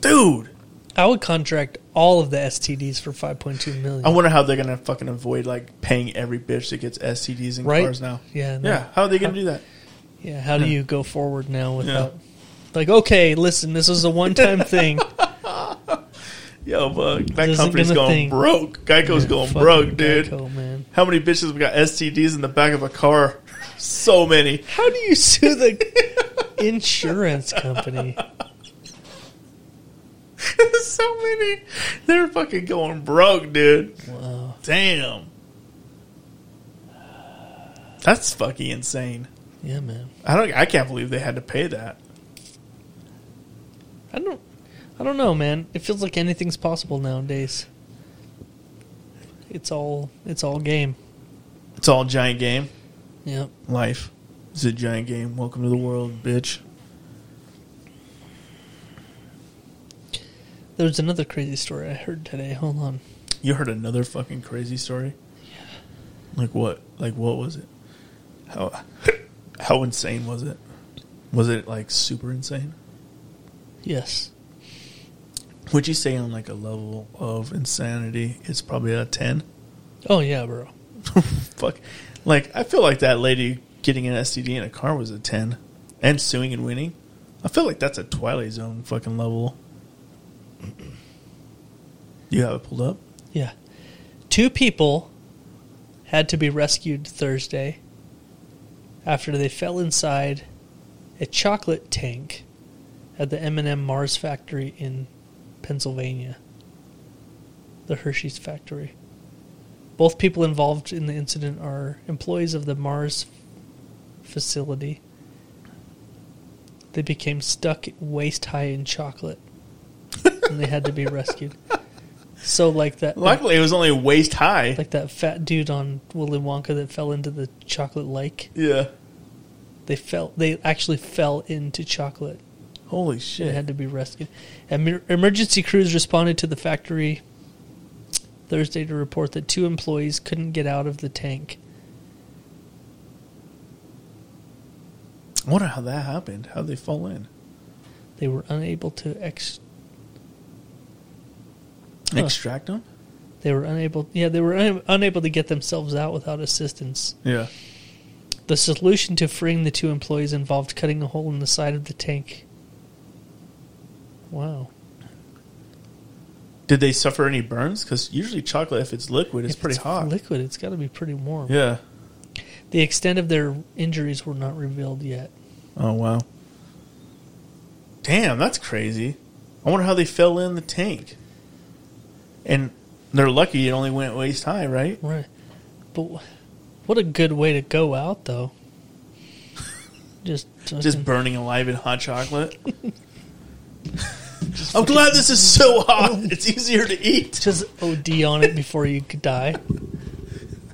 Dude, I would contract all of the STDs for five point two million. I wonder how they're gonna fucking avoid like paying every bitch that gets STDs in Right? cars now. Yeah, no. Yeah. How are they gonna do that? Yeah, how do you go forward now without like, okay, listen, this is a (laughs) one time thing. Yo, fuck. That isn't company's gonna going think. broke. Geico's going Fucking broke, dude. Geico, man. How many bitches we got STDs in the back of a car? (laughs) so many. (laughs) How do you sue the insurance company? so many. They're fucking going broke, dude. Wow. Damn. That's fucking insane. Yeah, man. I don't. I can't believe they had to pay that. I don't I don't know, man. It feels like anything's possible nowadays. It's all it's all game. It's all a giant game. Yep. Life is a giant game. Welcome to the world, bitch. There was another crazy story I heard today. Hold on. You heard another fucking crazy story. Yeah. Like what? Like what was it? How? (laughs) How insane was it? Was it like super insane? Yes. Would you say on like a level of insanity, it's probably a ten? Oh yeah, bro. Fuck. Like, I feel like that lady getting an STD in a car was a 10 and suing and winning. I feel like that's a Twilight Zone fucking level. (clears throat) You have it pulled up? Yeah. Two people had to be rescued Thursday after they fell inside a chocolate tank at the M&M Mars factory in Pennsylvania, the Hershey's factory. Both people involved in the incident are employees of the Mars facility. They became stuck waist high in chocolate, and they had to be rescued. So, like (laughs) that, Luckily, it was only waist high. like that fat dude on Willy Wonka that fell into the chocolate lake. Yeah. They fell. They actually fell into chocolate. Holy It shit. had to be rescued. Emer- emergency crews responded to the factory Thursday to report that two employees couldn't get out of the tank. I wonder how that happened. How'd they fall in? They were unable to ex. Extract them? They were unable. Yeah, they were un- unable to get themselves out without assistance. Yeah. The solution to freeing the two employees involved cutting a hole in the side of the tank. Wow. Did they suffer any burns? Because usually chocolate, if it's liquid, it's If pretty hot. Liquid. It's got to be pretty warm. yeah. The extent of their injuries were not revealed yet. Oh wow. Damn, that's crazy. I wonder how they fell in the tank. And they're lucky it only went waist high, right? Right. But wh- what a good way to go (laughs) out, though. Just, Just burning alive in hot chocolate. (laughs) I'm glad this is so hot. It's easier to eat. (laughs) just OD on it before you could die.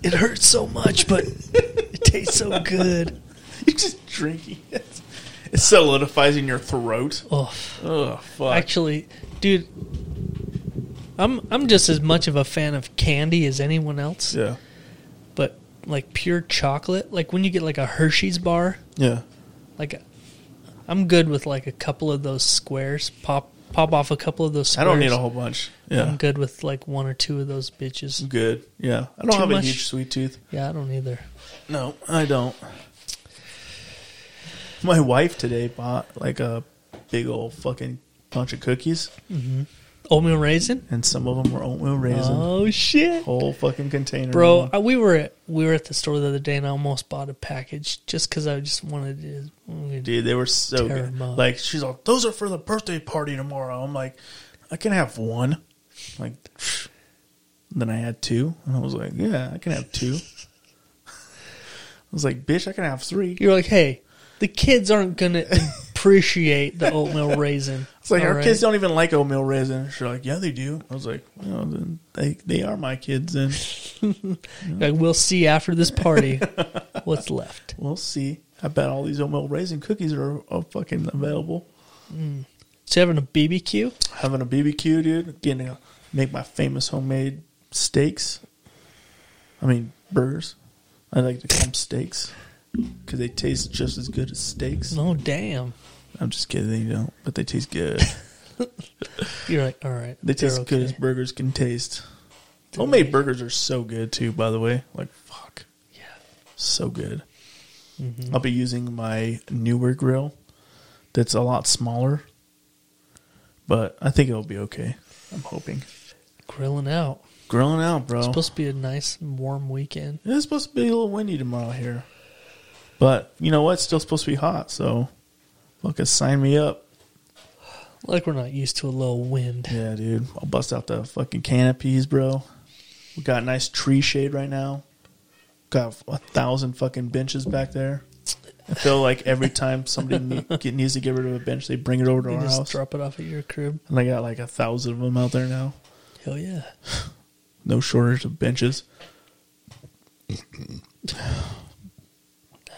It hurts so much, (laughs) but it tastes so good. You're just drinking it. It solidifies in your throat. Oh, Oh fuck. actually, dude, I'm I'm just as much of a fan of candy as anyone else. yeah. But like pure chocolate, like when you get like a Hershey's bar, Yeah. like I'm good with like a couple of those squares. Pop pop off a couple of those. I squares. don't need a whole bunch. Yeah. I'm good with like one or two of those bitches. I'm good. Yeah. I don't Too have much- a huge sweet tooth. Yeah, I don't either. No, I don't. My wife today bought like a big old fucking bunch of cookies, Oatmeal raisin. and some of them were oatmeal raisin. Oh shit, Whole fucking container, bro! man. I, we were at we were at the store the other day, and I almost bought a package just because I just wanted to. wanted to- Dude, they were so Tear good. 'em up. Like she's like, "Those are for the birthday party tomorrow." I'm like, "I can have one." Like, pfft. then I had two, and I was like, "Yeah, I can have two. (laughs) I was like, "Bitch, I can have three. You're like, hey, the kids aren't gonna (laughs) appreciate the oatmeal raisin. It's like All our right. kids don't even like oatmeal raisin. She's like, "Yeah, they do." I was like, "Well, then they they are my kids." (laughs) Then Like, we'll see after (laughs) this party what's left. we'll see. I bet all these oatmeal raisin cookies are, are fucking available. So having a BBQ, Having a BBQ, dude. Getting to make my famous homemade steaks. I mean burgers. I like to call them steaks because they taste just as good as steaks. oh damn! I'm just kidding, they don't, but they taste (laughs) good. You're like, all right, They they're taste as good as okay. burgers can taste. Homemade burgers are so good too, by the way. Like fuck. Yeah. So good. Mm-hmm. I'll be using my newer grill that's a lot smaller. But I think it'll be okay. I'm hoping. Grilling out. Grilling out, bro. It's supposed to be a nice warm weekend. it's supposed to be a little windy tomorrow here. But you know what? It's still supposed to be hot, so fucking sign me up. Like we're not used to a little wind. Yeah, dude. I'll bust out the fucking canopies, bro. We got a nice tree shade right now. Got a thousand fucking benches back there. I feel like every time (laughs) somebody ne- get, needs to get rid of a bench, they bring it over to You our just house. drop it off at your crib. And I got like a thousand of them out there now. Hell yeah. No shortage of benches.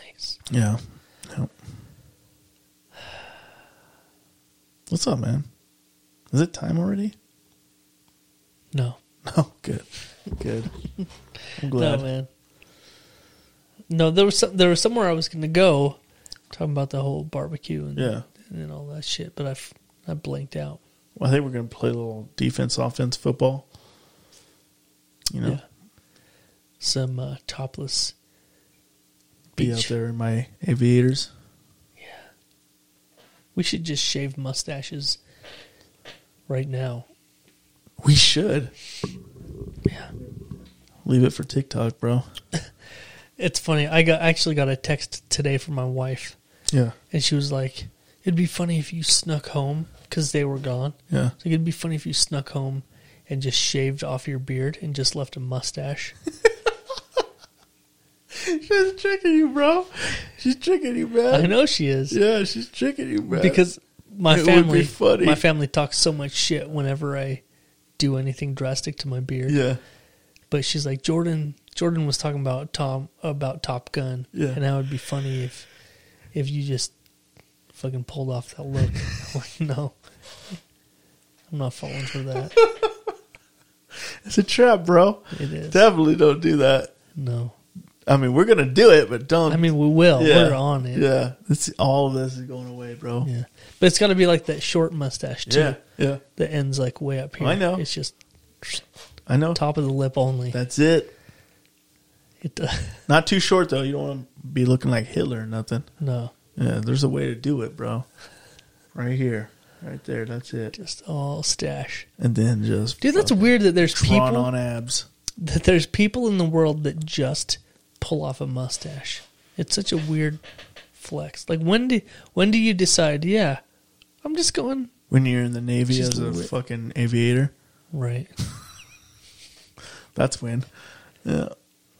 Nice. Yeah. Yep. What's up, man? Is it time already? (laughs) No. No, good, good. (laughs) I'm glad. No, man. No, there was some, there was somewhere I was going to go talking about the whole barbecue and, Yeah. and all that shit, but I, f- I blanked out. Well, I think we're going to play a little defense, offense football. You know, Yeah. Some uh, topless be beach. out there in my aviators. We should just shave mustaches right now. We should Yeah. leave it for TikTok, bro. It's funny. I got actually got a text today from my wife Yeah. and she was like, "It'd be funny if you snuck home because they were gone. Yeah. So it'd be funny if you snuck home and just shaved off your beard and just left a mustache. (laughs) She's tricking you, bro. She's tricking you, man. I know she (laughs) is Yeah, she's tricking you, man. because my It would be family, funny. my family talks so much shit whenever I do anything drastic to my beard. yeah, But she's like Jordan. Jordan was talking about Tom about Top Gun. Yeah. And that would be funny if if you just fucking pulled off that look. (laughs) I'm like, no, I'm not falling for that. it's a trap, bro. It is. Definitely don't do that. No. I mean, we're gonna do it, but don't. I mean, we (laughs) will. yeah, We're on it. Yeah, it's, all of this is going away, bro. Yeah. But it's got to be like that short mustache, too. yeah, yeah. That ends like way up here. I know. It's just I know. top of the lip only. That's it. It does. Not too short though. You don't want to be looking like Hitler or nothing. (laughs) No. Yeah, there's a way to do it, bro. Right here, right there. That's it. Just all stash. And then just Dude, that's weird that there's drawn people on abs. that there's people in the world that just pull off a mustache. It's such a weird flex. Like when do when do you decide, yeah, I'm just going When you're in the navy Just as a lit. fucking aviator, right. (laughs) that's when. Yeah,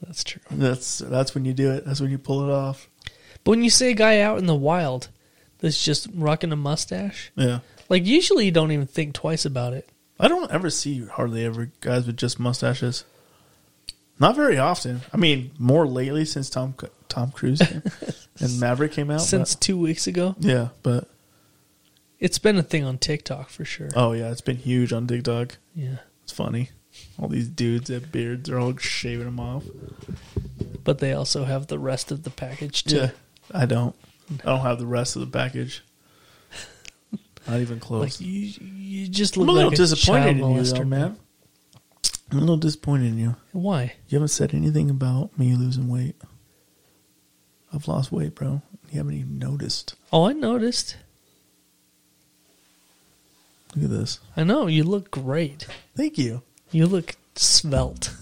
That's true. that's that's when you do it. That's when you pull it off. But when you see a guy out in the wild that's just rocking a mustache, Yeah. Like usually you don't even think twice about it. I don't ever see hardly ever guys with just mustaches. Not very often. I mean, more lately since Tom Tom Cruise (laughs) came and Maverick came out. but- Since two weeks ago, yeah, but it's been a thing on TikTok for sure. oh yeah, it's been huge on TikTok. Yeah, It's funny. All these dudes that beards, they're all shaving them off. but they also have the rest of the package too. I don't. I don't have the rest of the package. Not even close. Like you, you just I'm look a little like disappointed in child you, though, molester. man. I'm a little disappointed in you. Why? You haven't said anything about me losing weight. I've lost weight, bro. You haven't even noticed. Oh, I noticed. Look at this. I know you look great. Thank you. You look svelte.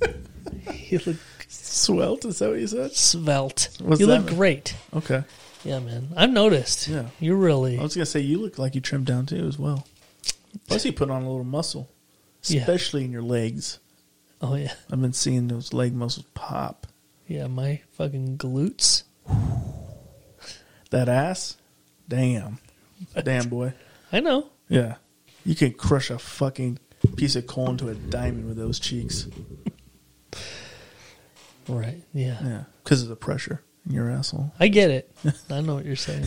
(laughs) you look Swelt, is that what you said? svelte. What's you that look mean? great. Okay. Yeah, man. I've noticed. Yeah. You're really. I was going to say, you look like you trimmed down too, as well. Plus, you put on a little muscle, Yeah. especially in your legs. Oh yeah. I've been seeing those leg muscles pop. Yeah, my fucking glutes. That ass? Damn. Damn, boy. I know. Yeah. You can crush a fucking piece of coal into a diamond with those cheeks. Right. Yeah. Yeah. Because of the pressure in your asshole. I get it. I know what you're saying.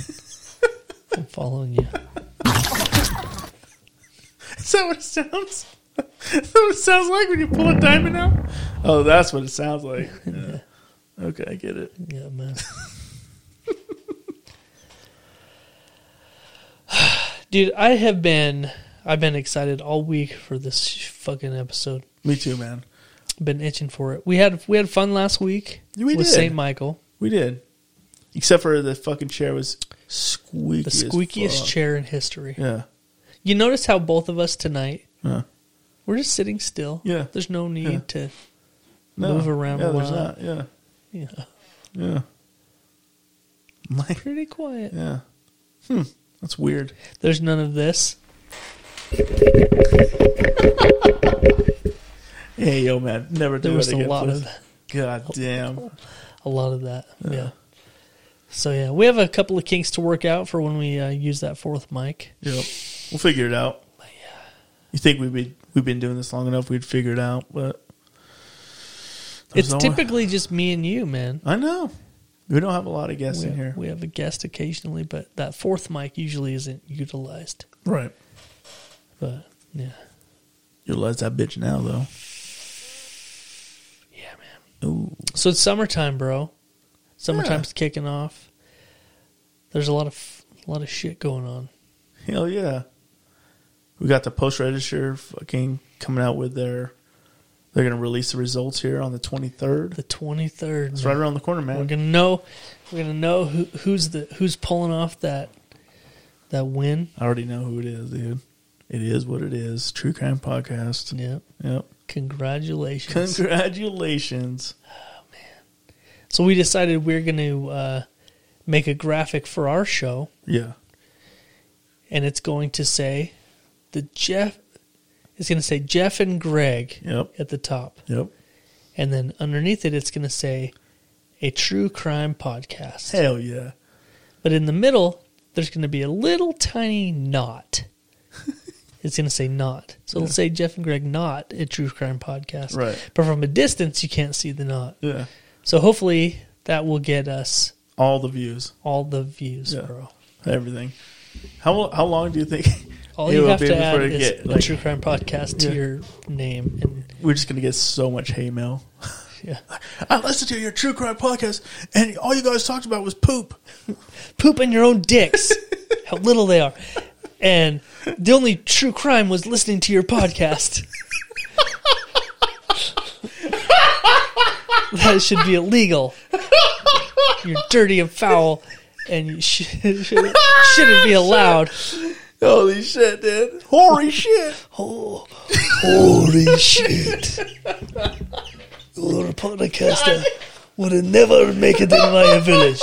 (laughs) I'm following you. Is that what it sounds? (laughs) Is that what it sounds like when you pull a diamond out? Oh, that's what it sounds (laughs) like. Yeah. Okay, I get it. Yeah, man. (sighs) Dude, I have been I've been excited all week for this sh- fucking episode. Me too, man. Been itching for it. We had we had fun last week Yeah, we with did. St. Michael. We did. Except for the fucking chair was squeaky. The as squeakiest fuck. chair in history. Yeah. You notice how both of us tonight Yeah. we're just sitting still. Yeah. There's no need Yeah. to No. move around Yeah, a there's not. lot. Yeah. Yeah. Yeah. My, Pretty (laughs) quiet. yeah. Hmm. That's weird. There's none of this. Hey, yo, man. Never do There it was a again. lot please. of (laughs) God damn. a lot of that. yeah. So yeah, we have a couple of kinks to work out for when we uh, use that fourth mic. Yep. We'll figure it out. You think we'd be we've been doing this long enough we'd figure it out, but there's it's no one- typically just me and you, man. I know. We don't have a lot of guests We in have, here. we have a guest occasionally, but that fourth mic usually isn't utilized. right. But yeah, Utilize that bitch now though. yeah, man. Ooh. So it's summertime, bro. Summertime's kicking off. There's a lot of a lot of shit going on. Hell yeah. We got the post register fucking coming out with their they're gonna release the results here on the twenty third. The 23rd. It's man. right around the corner, man. We're gonna know. We're gonna know who, who's the who's pulling off that that win. I already know who it is, dude. It is what it is. True crime podcast. Yep. Yep. Congratulations. Congratulations. so we decided we are going to uh, make a graphic for our show Yeah. and it's going to say the Jeff. It's going to say Jeff and Greg Yep. at the top, Yep. and then underneath it, it's going to say a true crime podcast. Hell yeah. But in the middle, there's going to be a little (laughs) tiny knot. it's going to say knot. So it'll say Jeff and Greg knot a true crime podcast. Right. But from a distance, you can't see the knot. Yeah. So hopefully that will get us All the views. all the views, Yeah. bro. Everything. How how long do you think? All it you will have be to add before it is get, a like- true crime podcast to Yeah. your name, and We're just gonna get so much hay mail. yeah, I listened to your true crime podcast, and all you guys talked about was poop. poop in your own dicks. how little they are, and the only true crime was listening to your podcast. that should be illegal. You're dirty and foul, and you sh- (laughs) should, shouldn't be allowed. Holy shit, dude! Holy shit! Holy shit. Your podcaster would have never make it in my (laughs) village.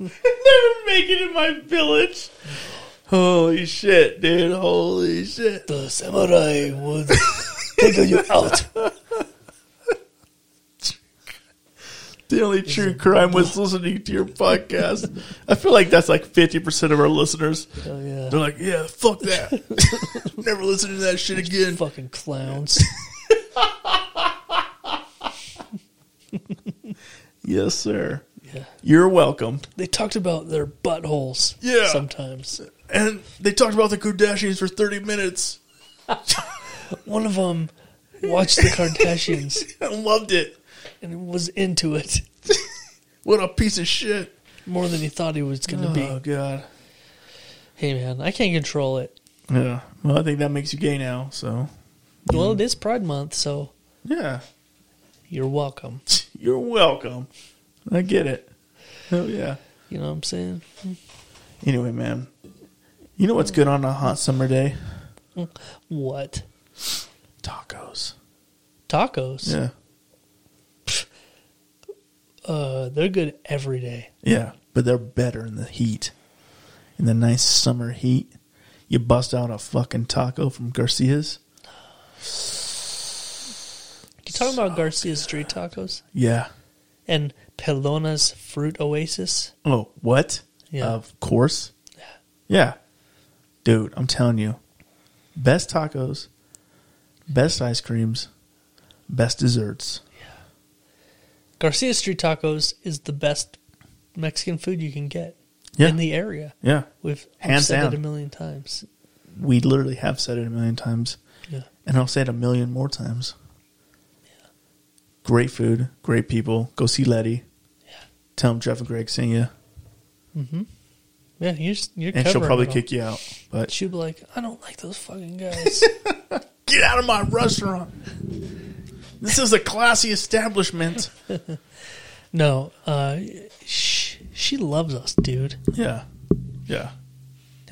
Never make it in my village. Holy shit, dude! Holy shit! The samurai would take you out. The only true crime (laughs) was listening to your podcast. I feel like that's like fifty percent of our listeners. Oh yeah, They're like, yeah, fuck (laughs) that. (laughs) Never listen to that shit again. fucking clowns. Yes, sir. Yeah. You're welcome. They talked about their buttholes. Yeah. Sometimes And they talked about the Kardashians for 30 minutes. (laughs) one of them watched the Kardashians I loved it. and was into it What a piece of shit. more than he thought he was going to Oh, be. God. Hey man, I can't control it. Yeah. Well, I think that makes you gay now, so. Well, it is Pride Month, so Yeah. (laughs) you're welcome. You're welcome. I get it. Hell yeah. You know what I'm saying? Anyway, man. You know what's good on a hot summer day? What Tacos. tacos? Yeah. Uh, they're good every day. Yeah. But they're better in the heat. In the nice summer heat. You bust out a fucking taco from Garcia's. You talking about Garcia's street tacos Yeah. and Pelona's fruit oasis? Oh, what? Yeah. Of course. Yeah. Dude, I'm telling you. Best tacos, best ice creams, best desserts. Garcia's street tacos is the best Mexican food you can get Yeah. in the area. Yeah. We've, we've Hands said down. it a million times. We literally have said it a million times, Yeah. and I'll say it a million more times. Great food, great people. Go see Letty. Tell him Jeff and Greg sent you, Yeah, you're, s- you're and she'll covering probably it all. kick you out. But She'll be like, I don't like those (laughs) fucking guys. get out of my restaurant. This is a classy establishment. no, uh, she, she loves us, dude, Yeah. Yeah.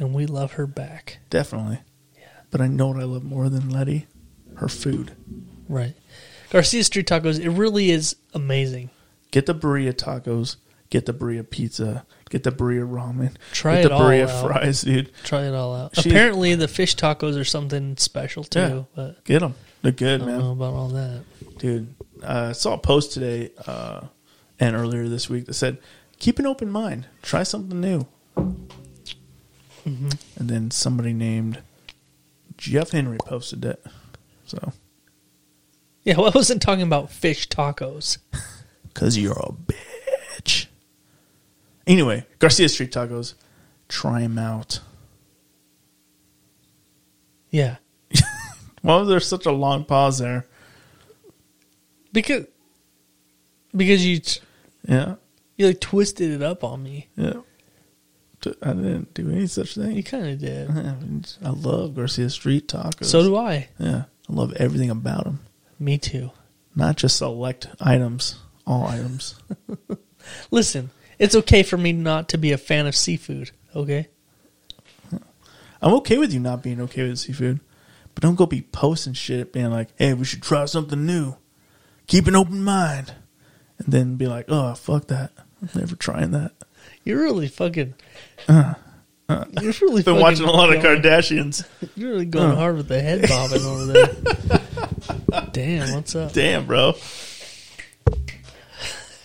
and we love her back. Definitely. But I know what I love more than Letty? Her food. Right. Garcia Street Tacos, it really is amazing. Get the burrito tacos. Get the burrito pizza. Get the burrito ramen. Try get it the all burrito out. fries, dude. Try it all out. She- Apparently, the fish tacos are something special too, Yeah. but Get them. They're good, I don't man. know about all that. Dude, uh, I saw a post today uh, and earlier this week that said, keep an open mind. Try something new. Mm-hmm. And then somebody named Jeff Henry posted that. So, Yeah, well, I wasn't talking about fish tacos. Because you're a bitch. Anyway, Garcia Street Tacos. Try them out. Yeah, Why was there such a long pause there? because because you t- Yeah. you like twisted it up on me. Yeah. T- I didn't do any such You thing. kind of did. (laughs) I love Garcia Street Tacos. So do I. Yeah. I love everything about them. Me too. Not just select items, all items. Listen, it's okay for me not to be a fan of seafood. Okay. I'm okay with you not being okay with seafood, but don't go be posting shit being like, hey, we should try something new. Keep an open mind. And then be like, oh, fuck that. I'm never trying that. Uh, You're really fucking You've Been really fucking watching a lot of going- Kardashians. You're really going Uh. hard with the head bobbing over there. (laughs) Damn, what's up? Damn, bro.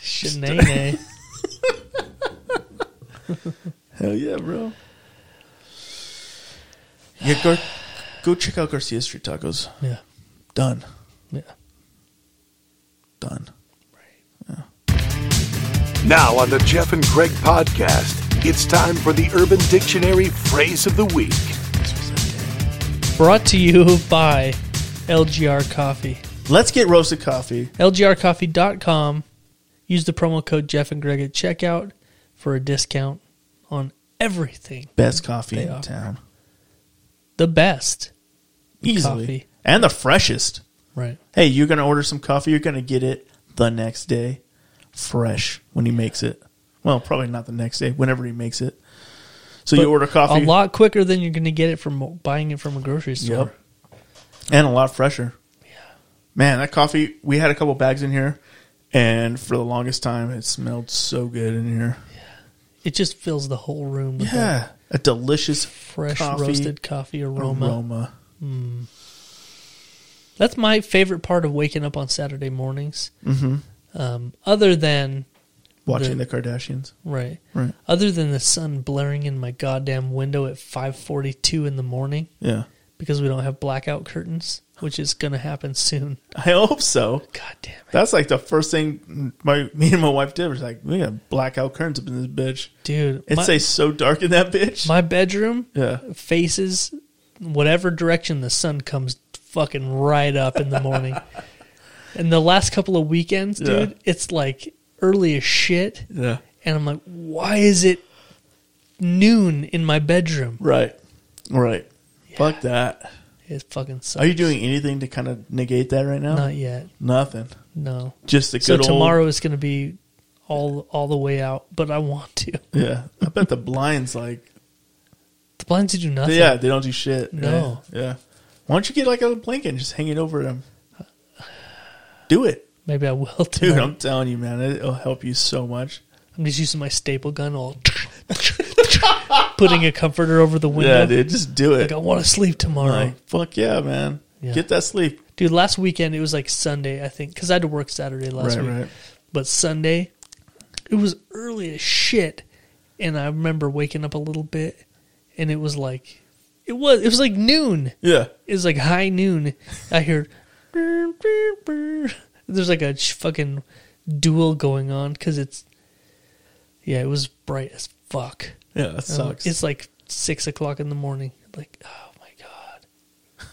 Shanae. Hell yeah, bro. Yeah, go, Go check out Garcia Street Tacos. Yeah, Done. yeah. Done. Now, on the Jeff and Greg podcast, it's time for the Urban Dictionary phrase of the week. Brought to you by LGR Coffee. Let's get roasted coffee. LGRCoffee.com. Use the promo code Jeff and Greg at checkout for a discount on everything. Best coffee They in are. town. The best. Easily. Coffee. And the freshest. Right. Hey, you're going to order some coffee. You're going to get it the next day. Fresh when he makes it. Well, probably not the next day, whenever he makes it. So you order coffee. A lot quicker than you're going to get it from buying it from a grocery store. Yep. And a lot fresher. Yeah. Man, that coffee, we had a couple bags in here, and for the longest time, it smelled so good in here. It just fills the whole room with that Yeah. A delicious fresh Coffee roasted coffee aroma. aroma. That's my favorite part of waking up on Saturday mornings. Mm-hmm. Um, other than Watching the Kardashians. right, Right. other than the sun blaring in my goddamn window at five forty-two in the morning Yeah. because we don't have blackout curtains, which is going to happen soon. I hope so. God damn it, That's like the first thing my (laughs) me and my wife did was like, we got blackout curtains up in this bitch. dude! It my, stays so dark in that bitch. my bedroom yeah. faces whatever direction the sun comes fucking right up in (laughs) the morning. and the last couple of weekends, dude, Yeah. it's like early as shit. Yeah. And I'm like, why is it noon in my bedroom? Right. Right. Fuck that. It fucking sucks. Are you doing anything to kind of negate that right now? Not yet. Nothing. No. Just the good So old. tomorrow is going to be all all the way out, but I want to. Yeah. I bet the blinds like (laughs) The blinds do nothing. Yeah, they don't do shit. No. Yeah. Yeah. Why don't you get like a blanket and just hang it over them? Do it, Maybe I will dude. too. I'm telling you, man, it'll help you so much. I'm just using my staple gun, all (laughs) putting a comforter over the window. Yeah, dude, just do it. Like I want to sleep tomorrow, Like, fuck yeah, man. Yeah. Get that sleep. dude. Last weekend it was like Sunday, I think, because I had to work Saturday last Right, week. right. But Sunday, it was early as shit, and I remember waking up a little bit, and it was like, it was it was like noon. Yeah, It was like high noon. I heard there's like a sh- fucking duel going on because it's yeah, it was bright as fuck. yeah, that And I'm like, sucks. It's like six o'clock in the morning. Like oh my god,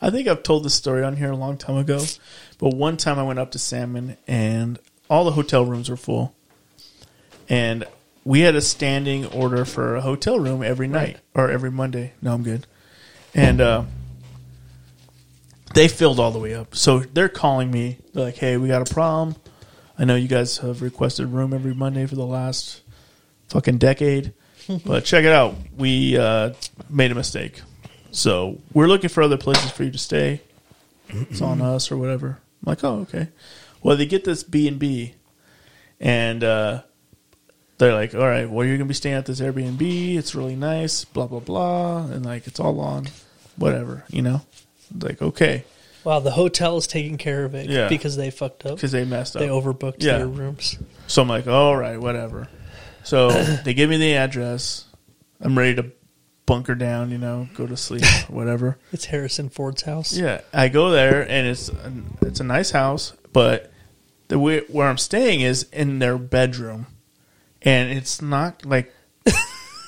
I think I've told this story on here a long time ago, but one time I went up to Salmon and all the hotel rooms were full, and we had a standing order for a hotel room every night or every Monday. No, I'm good, and uh, they filled all the way up. So they're calling me. They're like, "Hey, we got a problem. I know you guys have requested room every Monday for the last fucking decade, but check it out. We uh, made a mistake." So we're looking for other places for you to stay. It's on us or whatever. I'm like, oh, okay. Well, they get this B and B, and uh, they're like, all right, well, you're gonna be staying at this Airbnb. It's really nice. Blah blah blah, and like it's all on, whatever, you know. Like okay, wow, the hotel is taking care of it Yeah. because they fucked up. because they messed up. They overbooked Yeah. their rooms. So I'm like, all right, whatever. So they give me the address. I'm ready to bunker down, you know, go to sleep, whatever. It's Harrison Ford's house. Yeah, I go there and it's an, it's a nice house, but the way, where I'm staying is in their bedroom, and it's not like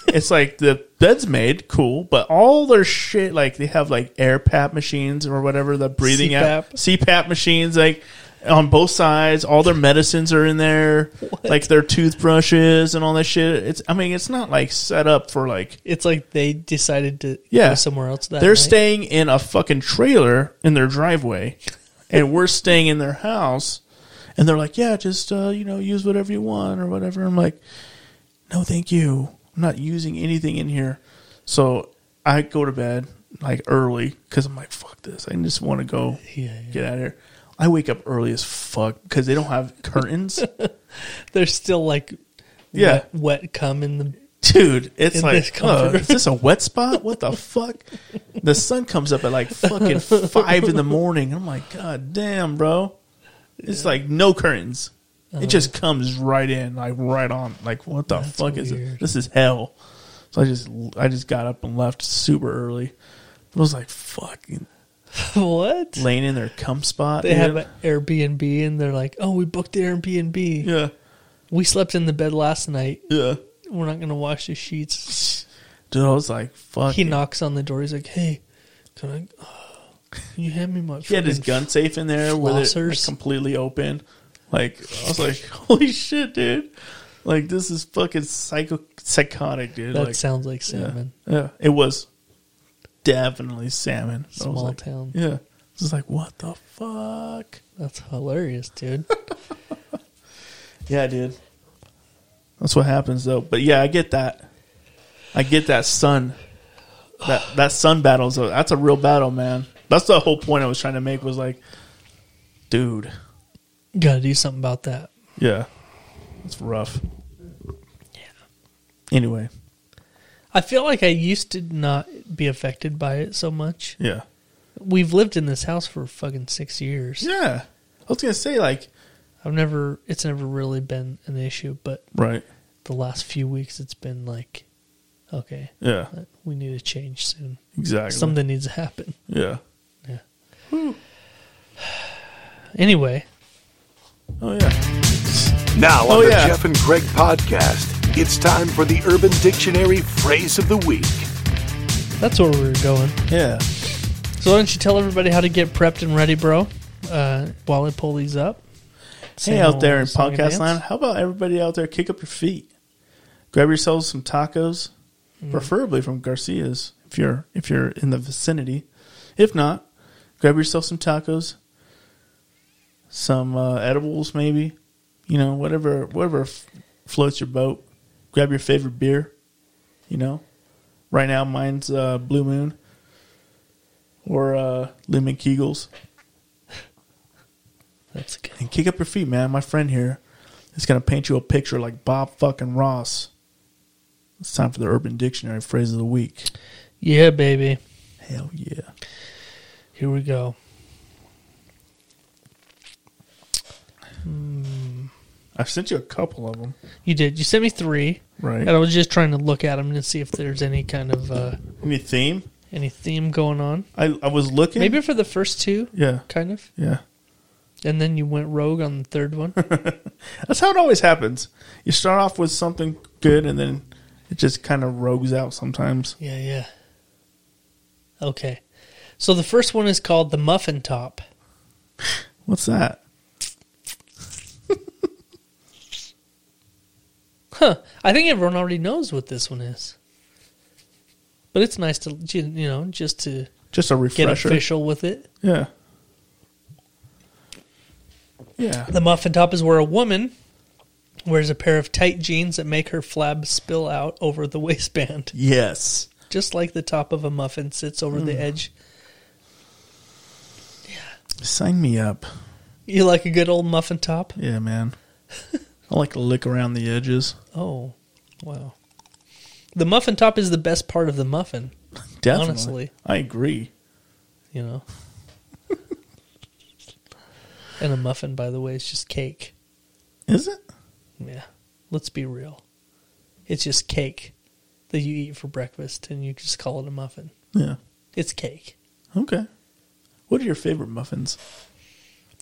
it's like the bed's made cool, but all their shit like they have like air pap machines or whatever the breathing out CPAP machines like on both sides. All their medicines are in there, like their toothbrushes and all that shit. It's I mean it's not like set up for like It's like they decided to yeah. go somewhere else. That They're night. staying in a fucking trailer in their driveway, and we're staying in their house. And they're like, "Yeah, just uh, you know, use whatever you want or whatever." I'm like, "No, thank you. I'm not using anything in here." So I go to bed like early because I'm like, "Fuck this. I just want to go get out of here." I wake up early as fuck because they don't have curtains. They're still like Yeah. wet, wet cum in the (laughs) dude, it's In this like, comfort. "Ugh, is this a wet spot? What the fuck? The sun comes up at like fucking five in the morning. I'm like, God damn, bro. It's like no curtains. Uh-huh. It just comes right in, like right on. Like what the fuck is weird. it? This is hell. So I just, I just got up and left super early. I was like, fucking what? laying in their cum spot. They dude. have an Airbnb and they're like, oh, we booked the Airbnb. yeah, We slept in the bed last night. yeah. We're not going to wash the sheets. Dude, I was like, fuck. He knocks on the door. He's like, hey, can I. uh, can you hand me my. He had his fucking gun safe in there with it like, flossers. completely open. Like I was like, (laughs) holy shit, dude! Like this is fucking psycho psychotic, dude. That like, sounds like yeah, salmon. Yeah, it was definitely salmon. I was Small like- town. Yeah, I was like, what the fuck? That's hilarious, dude. (laughs) Yeah, dude. That's what happens though. But yeah, I get that. I get that sun. That that sun battle's a, that's a real battle, man. That's the whole point I was trying to make was like, dude. Got to do something about that. Yeah. It's rough. Yeah. Anyway, I feel like I used to not be affected by it so much. yeah. We've lived in this house for fucking six years. Yeah. I was going to say, like, I've never, it's never really been an issue, but right. the last few weeks it's been like, okay, Yeah. we need a change soon. Exactly. Something needs to happen. Yeah. Anyway, Oh, yeah. Now on Oh, the yeah. Jeff and Greg podcast, it's time for the Urban Dictionary phrase of the week. that's where we were going. Yeah. So why don't you tell everybody how to get prepped and ready, bro? Uh, while I pull these up. Hey, Same out old there in song and podcast dance. land, how about everybody out there kick up your feet? Grab yourselves some tacos, Mm. preferably from Garcia's if you're if you're in the vicinity. If not, grab yourself some tacos, some uh, edibles maybe, you know, whatever whatever f- floats your boat. Grab your favorite beer, you know. Right now mine's uh, Blue Moon or uh, Lemon Kegels That's good. and kick up your feet, man. My friend here is going to paint you a picture like Bob fucking Ross. It's time for the Urban Dictionary phrase of the week. Yeah, baby. Hell yeah. Here we go. I've sent you a couple of them. You did. You sent me three, Right. and I was just trying to look at them to see if there's any kind of uh, Any theme? any theme going on. I, I was looking. Maybe for the first two, Yeah. kind of, Yeah. (laughs) and then you went rogue on the third one. That's how it always happens. You start off with something good and then it just kind of rogues out sometimes. yeah, yeah. Okay, so the first one is called the muffin top. What's that? Huh. I think everyone already knows what this one is, but it's nice to you know just to Just a get refresher. official with it. Yeah. Yeah. The muffin top is where a woman wears a pair of tight jeans that make her flab spill out over the (laughs) waistband, Yes. just like the top of a muffin sits over Hmm. the edge. Sign me up. You like a good old muffin top? Yeah, man. I like to lick around the edges. Oh, wow. The muffin top is the best part of the muffin, Definitely. Honestly. I agree. (laughs) you know. and a muffin, by the way, is just cake. Is it? Yeah. Let's be real. It's just cake that you eat for breakfast and you just call it a muffin. Yeah. It's cake. Okay. What are your favorite muffins?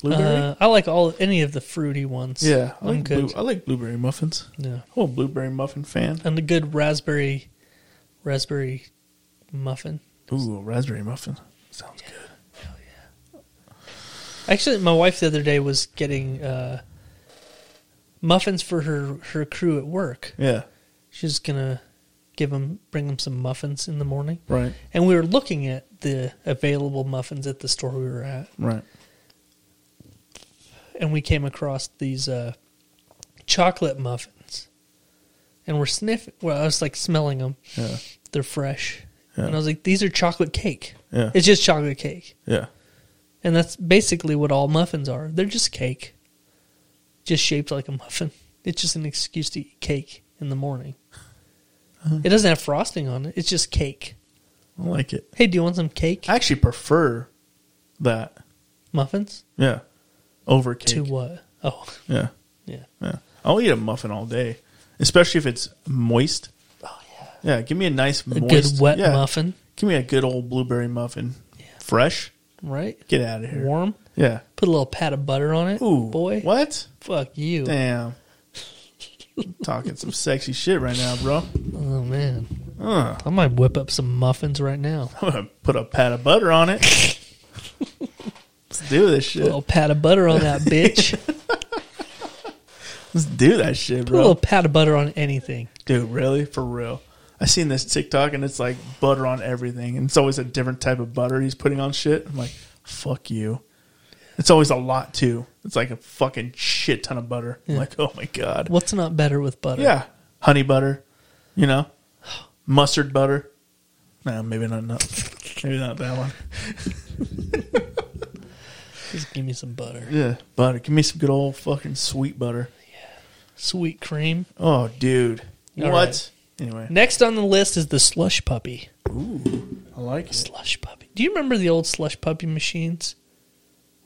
Blueberry? Uh, I like all any of the fruity ones. yeah, I I'm like, good. blue, uh, I like blueberry muffins. Yeah. I'm a blueberry muffin fan. And a good raspberry raspberry muffin. Ooh, a raspberry muffin. Sounds good. Actually, my wife the other day was getting uh, muffins for her her crew at work. Yeah. She's gonna give them bring them some muffins in the morning. Right. And we were looking at the available muffins at the store we were at, Right. and we came across these uh, chocolate muffins, and we're sniffing. Well, I was like smelling them. Yeah. They're fresh, Yeah. and I was like, "These are chocolate cake. Yeah. It's just chocolate cake, Yeah. and that's basically what all muffins are. They're just cake, just shaped like a muffin. It's just an excuse to eat cake in the morning. Uh-huh. It doesn't have frosting on it. It's just cake. I like it. Hey, do you want some cake? I actually prefer that. Muffins? Yeah. Over cake. To what? Oh, Yeah. yeah. Yeah. I'll eat a muffin all day, especially if it's moist. Oh, yeah. Yeah, give me a nice A moist, good wet yeah. muffin, Give me a good old blueberry muffin. Fresh. right? Get out of here. Warm. Yeah. Put a little pat of butter on it. Ooh. boy. What? Fuck you. Damn. (laughs) Talking some sexy shit right now, bro. (laughs) Oh, man. Uh, I might whip up some muffins right now. I'm gonna put a pat of butter on it. (laughs) Let's do this A shit. little pat of butter (laughs) on that bitch. Let's do that shit, Put a little bro. pat of butter on anything. Dude, really? For real. I seen this TikTok and it's like butter on everything, and it's always a different type of butter he's putting on shit. I'm like, fuck you. It's always a lot too. It's like a fucking shit ton of butter. I'm like, oh my god. What's not better with butter? Yeah, honey butter. You know, mustard butter. No, maybe not. not maybe not that one. Just give me some butter. Yeah, butter. Give me some good old fucking sweet butter. Sweet cream. Oh, dude. All what? right. Anyway, Next on the list is the slush puppy. I like it. Slush puppy. Do you remember the old slush puppy machines?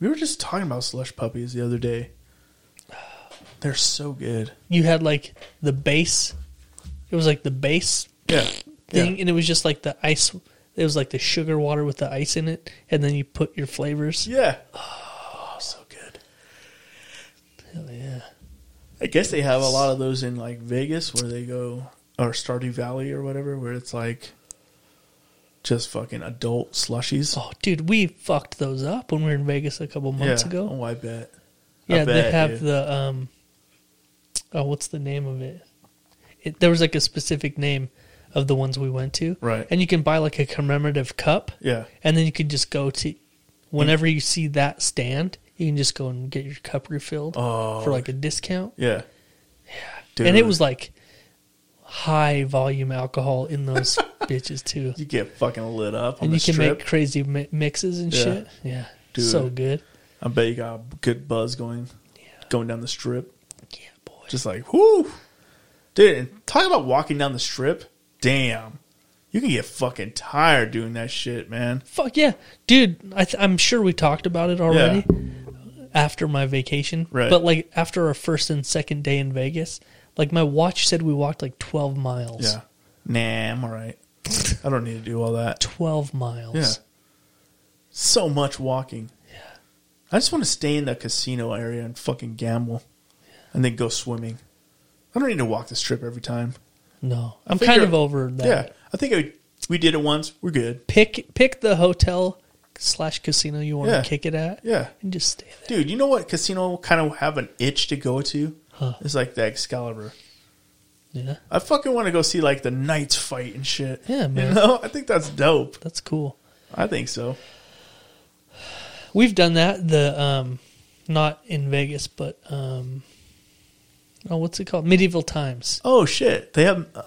We were just talking about slush puppies the other day. (sighs) They're so good. You had like the base. It was like the base Yeah. thing, and it was just like the ice. It was like the sugar water with the ice in it, and then you put your flavors. Yeah. Oh, so good. Hell yeah. I guess they have a lot of those in like Vegas where they go or Stardew Valley or whatever where it's like just fucking adult slushies. Oh, dude, we fucked those up when we were in Vegas a couple months yeah. ago. Oh, I bet. I Yeah, they bet, have dude. the um. Oh, what's the name of it? it? There was like a specific name of the ones we went to, Right. And you can buy like a commemorative cup, Yeah. and then you can just go to whenever you see that stand, you can just go and get your cup refilled Oh. for like a discount. Yeah. Yeah. Dude. And it was like high volume alcohol in those (laughs) bitches too, you get fucking lit up on and the you can strip. make crazy mi- mixes and Yeah. shit. Yeah, Dude. so good. I bet you got a good buzz going, going down the strip. Yeah, boy. Just like, whoo, dude. And talk about walking down the strip. Damn, you can get fucking tired doing that shit, man. Fuck yeah, dude! I th- I'm sure we talked about it already after my vacation, Right. But like after our first and second day in Vegas, like my watch said we walked like 12 miles. Yeah. Nah, I'm all right. I don't need to do all that. 12 miles. Yeah. So much walking. Yeah. I just want to stay in the casino area and fucking gamble, and then go swimming. I don't need to walk the strip every time. No, I I'm figure- kind of over that. Yeah, I think I, we did it once. We're good. Pick pick the hotel slash casino you want to Yeah. kick it at. Yeah. And just stay there. Dude, you know what casino kind of have an itch to go to? Huh. It's like the Excalibur. Yeah. I fucking want to go see like the knights fight and shit. Yeah, man. You know, I think that's dope. That's cool. I think so. We've done that. The um, not in Vegas, but um, oh, what's it called? Medieval Times. Oh shit, they have uh,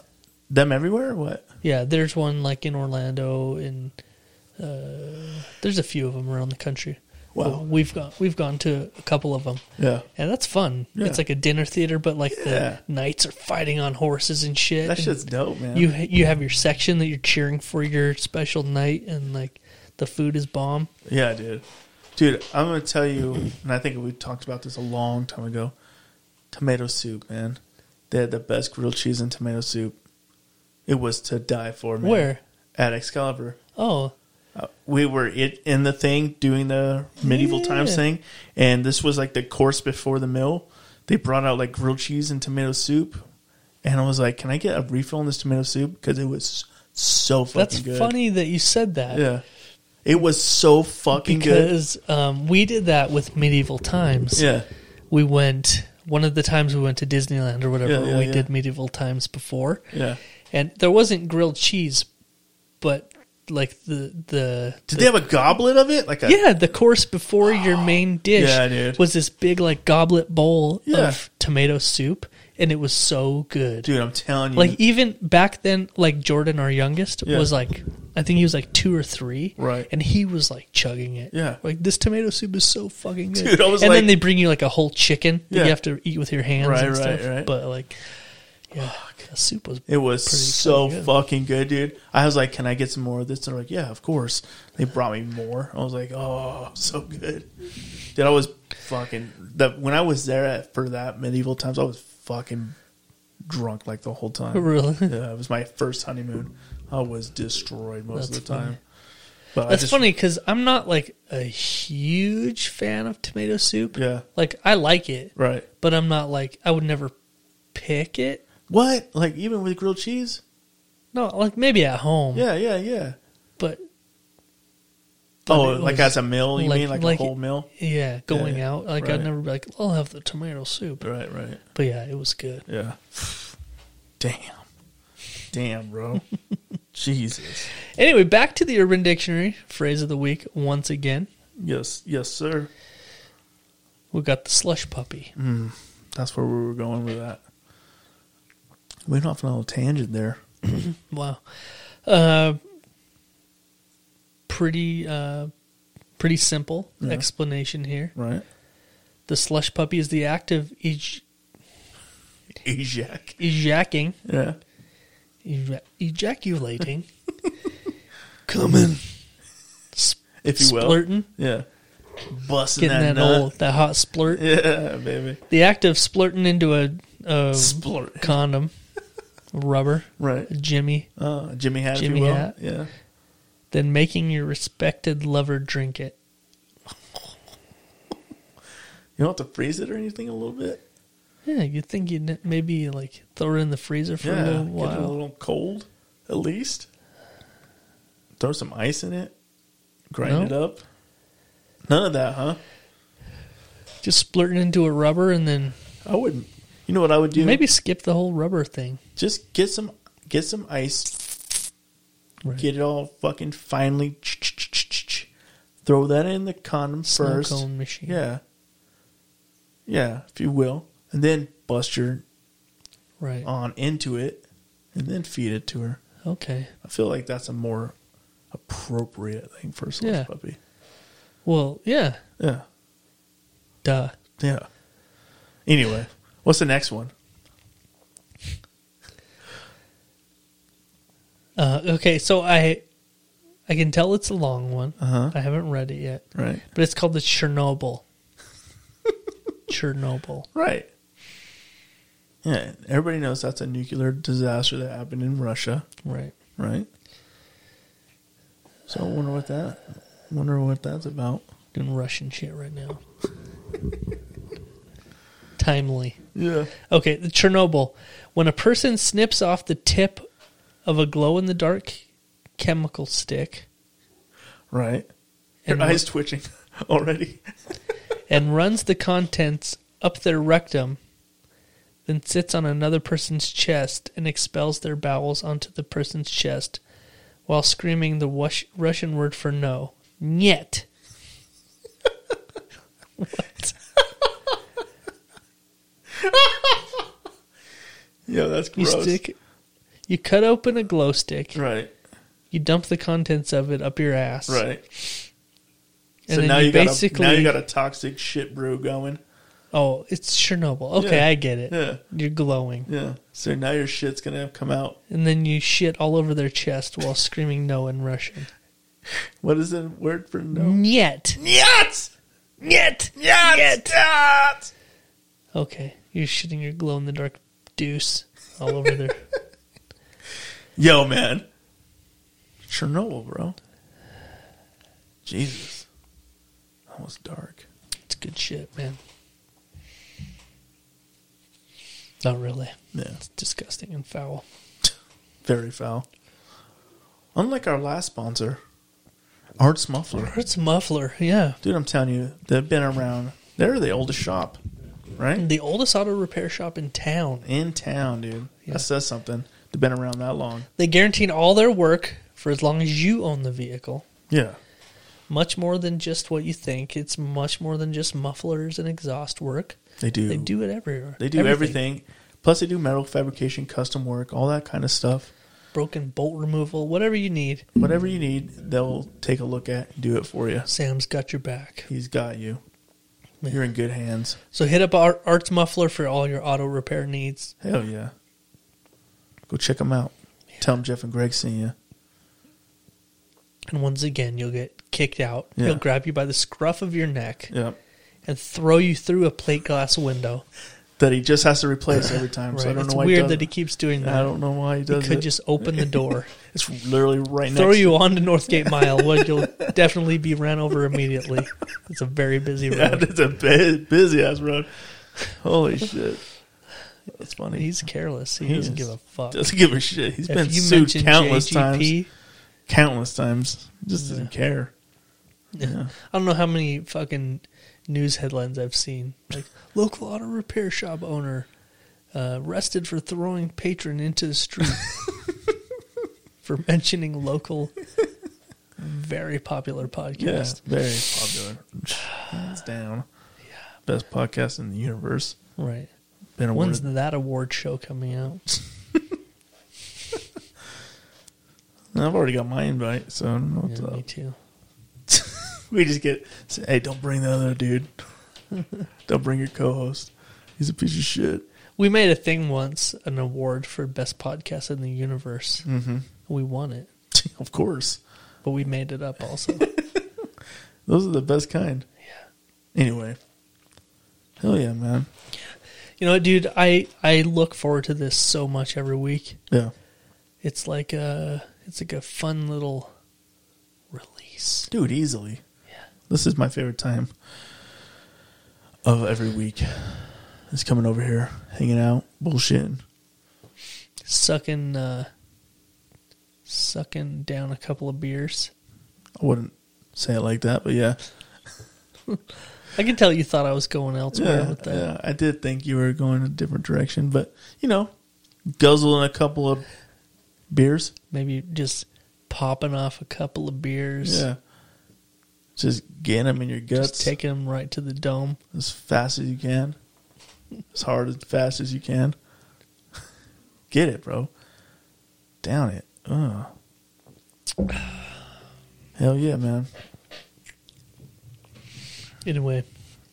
them everywhere. or What? Yeah, there's one like in Orlando, and uh, there's a few of them around the country. Wow. But we've gone we've gone to a couple of them, Yeah, and that's fun. Yeah. It's like a dinner theater, but like Yeah. the knights are fighting on horses and shit. that and shit's dope, man. You ha- you have your section that you're cheering for your special night, and like the food is bomb. yeah, dude. Dude, I'm gonna tell you, and I think we talked about this a long time ago. Tomato soup, man. They had the best grilled cheese and tomato soup. It was to die for, man. Where? At Excalibur. Oh, Uh, we were it in the thing doing the medieval times Yeah. thing, and this was like the course before the meal. They brought out like grilled cheese and tomato soup, and I was like, "Can I get a refill on this tomato soup?" Because it was so fucking that's good. funny that you said that. Yeah, it was so fucking Because um, we did that with medieval times. good. Yeah, we went one of the times we went to Disneyland or whatever. Yeah, yeah, we yeah. did medieval times before, yeah. and there wasn't grilled cheese, but like the the, Did they have a goblet of it? Like a yeah the course before your main dish Oh, Yeah, dude. was this big like goblet bowl Yeah. of tomato soup, and it was so good. dude, I'm telling you, Like even back then, like Jordan, our youngest, Yeah. was like, I think he was like two or three, Right. And he was like chugging it, Yeah. Like this tomato soup is so fucking good, Dude, I was and like- then they bring you like a whole chicken that Yeah. you have to eat with your hands Right, and right, stuff. right. But like, Yeah, the soup was. (laughs) It was pretty so good. fucking good, dude. I was like, "Can I get some more of this?" They're like, "Yeah, of course." They brought me more. I was like, "Oh, so good." Dude, I was fucking that when I was there at, for that medieval times. I was fucking drunk like the whole time. Really? Yeah, it was my first honeymoon. I was destroyed most That's of the time. funny. But That's I just, funny because I'm not like a huge fan of tomato soup. Yeah. like I like it, Right? but I'm not like I would never pick it. What? Like even with grilled cheese? No, like maybe at home. Yeah, yeah, yeah. but Oh, it like was- as a meal? You like- mean like, like- a whole meal? yeah, going Yeah, out, like right. I'd never be like, I'll have the tomato soup. Right, right. But yeah, it was good. Yeah. Damn. Damn, (laughs) bro. Jesus. Anyway, back to the Urban Dictionary phrase of the week once again. Yes, yes, sir. We got the slush puppy. Mm. That's where we were going with that. We went off on a little tangent there. Wow, uh, pretty uh, pretty simple explanation here. Right. The slush puppy is the act of ej- Ajac. ejacking, Yeah. eja- (laughs) ejaculating, Coming. If you will. splurting, Yeah. Busting getting that, that, nut. old that hot splurt. Yeah, baby. The act of splurting into a, a Splurt. condom, rubber, Right. a jimmy, Uh, Jimmy hat, if Jimmy you will. hat. Yeah. then making your respected lover drink it. You don't have to freeze it or anything a little bit. Yeah, you'd think you'd n- maybe like throw it in the freezer for yeah. a little Get it a while. little cold, at least. Throw some ice in it. Grind it up. None of that, huh? Just splurting into a rubber and then I wouldn't. You know what I would do? maybe skip the whole rubber thing. just get some get some ice, Right. get it all fucking finely. ch-ch-ch-ch-ch. Throw that in the condom Snow first. cone machine. Yeah, yeah, if you will, and then bust your Right. on into it, and then feed it to her. Okay. I feel like that's a more appropriate thing for a slush Yeah. puppy. Well, yeah. Yeah, Duh. yeah. Anyway, what's the next one? Uh, okay, so I I can tell it's a long one. Uh-huh. I haven't read it yet, Right, but it's called the Chernobyl. Chernobyl. right. Yeah, everybody knows that's a nuclear disaster that happened in Russia. Right. Right. So I wonder what that wonder what that's about. Doing Russian shit right now. Timely. Yeah. Okay, the Chernobyl. When a person snips off the tip of a glow in the dark chemical stick Right. and, Your eyes twitching (laughs) already. and runs the contents up their rectum, then sits on another person's chest and expels their bowels onto the person's chest while screaming the wush- Russian word for no, nyet. what? Yeah, that's You gross. stick. You cut open a glow stick. Right. You dump the contents of it up your ass. Right. so And then now you, you, got basically. a, now you got a toxic shit brew going. oh, it's Chernobyl. Okay, Yeah. I get it. Yeah. You're glowing, Yeah. So now your shit's gonna come out. and then you shit all over their chest while screaming no in Russian. What is the word for no? Yet. Yes. Yet. Yes. Yes. Okay, you're shitting your glow in the dark deuce all (laughs) over their Yo, man. Chernobyl, bro. Jesus. Almost dark. It's good shit, man. Not really. Yeah. It's disgusting and foul. Very foul. Unlike our last sponsor, Arts Muffler. It's muffler, yeah. Dude, I'm telling you, they've been around. They're the oldest shop, right? The oldest auto repair shop in town. In town, dude. Yeah. That says something. They've been around that long. They guarantee all their work for as long as you own the vehicle. Yeah. Much more than just what you think. It's much more than just mufflers and exhaust work. They do. They do it everywhere. They do everything. Plus, they do metal fabrication, custom work, all that kind of stuff. Broken bolt removal, whatever you need. Whatever you need, they'll take a look at and do it for you. Sam's got your back. He's got you. Man. You're in good hands. So hit up Ar- Arts Muffler for all your auto repair needs. Hell yeah. Go check them out. Tell them Jeff and Greg sent you. And once again, you'll get kicked out. Yeah. He'll grab you by the scruff of your neck Yeah. and throw you through a plate glass window. That he just has to replace (sighs) every time. Right? So I don't it's know why weird he does that he keeps doing that. I don't know why he He does could it. just open (laughs) the door, it's literally right throw next. you onto Northgate (laughs) Mile, where you'll definitely be ran over immediately. It's a very busy road. (laughs) Yeah, that's a busy ass road. Holy shit. That's funny. He He's careless. He, He doesn't is. give a fuck. doesn't give a shit. He's If been you sued mention countless times. (laughs) JGP, Countless times. Just doesn't care. I don't know how many fucking news headlines I've seen. Like local auto repair shop owner uh, arrested for throwing patron into the street (laughs) for mentioning local, very popular Yeah, podcast. very popular. Hands down. Best podcast in the universe. Right. Been awarded. When's that award show coming out? I've already got my invite, so I don't know what's Yeah, me up. too. (laughs) We just get say, hey, don't bring the other (laughs) dude. don't bring your co-host. He's a piece of shit. We made a thing once, an award for best podcast in the universe. Hmm. Mm-hmm. We won it, (laughs) of course. but we made it up also. (laughs) Those are the best kind. Yeah. Anyway. Hell yeah, man. You know, what, dude, I I look forward to this so much every week. Yeah. It's like a it's like a fun little release. Dude, easily. Yeah. This is my favorite time of every week. Is coming over here, hanging out, bullshitting. Sucking uh sucking down a couple of beers. I wouldn't say it like that, but yeah. I can tell you thought I was going elsewhere Yeah, with that. yeah, I did think you were going a different direction, but you know, guzzling a couple of beers. Maybe just popping off a couple of beers. Yeah, just get them in your guts Just taking them right to the dome. as fast as you can, as hard as fast as you can. (laughs) Get it, bro. Down it. Ugh. Hell yeah, man. Anyway,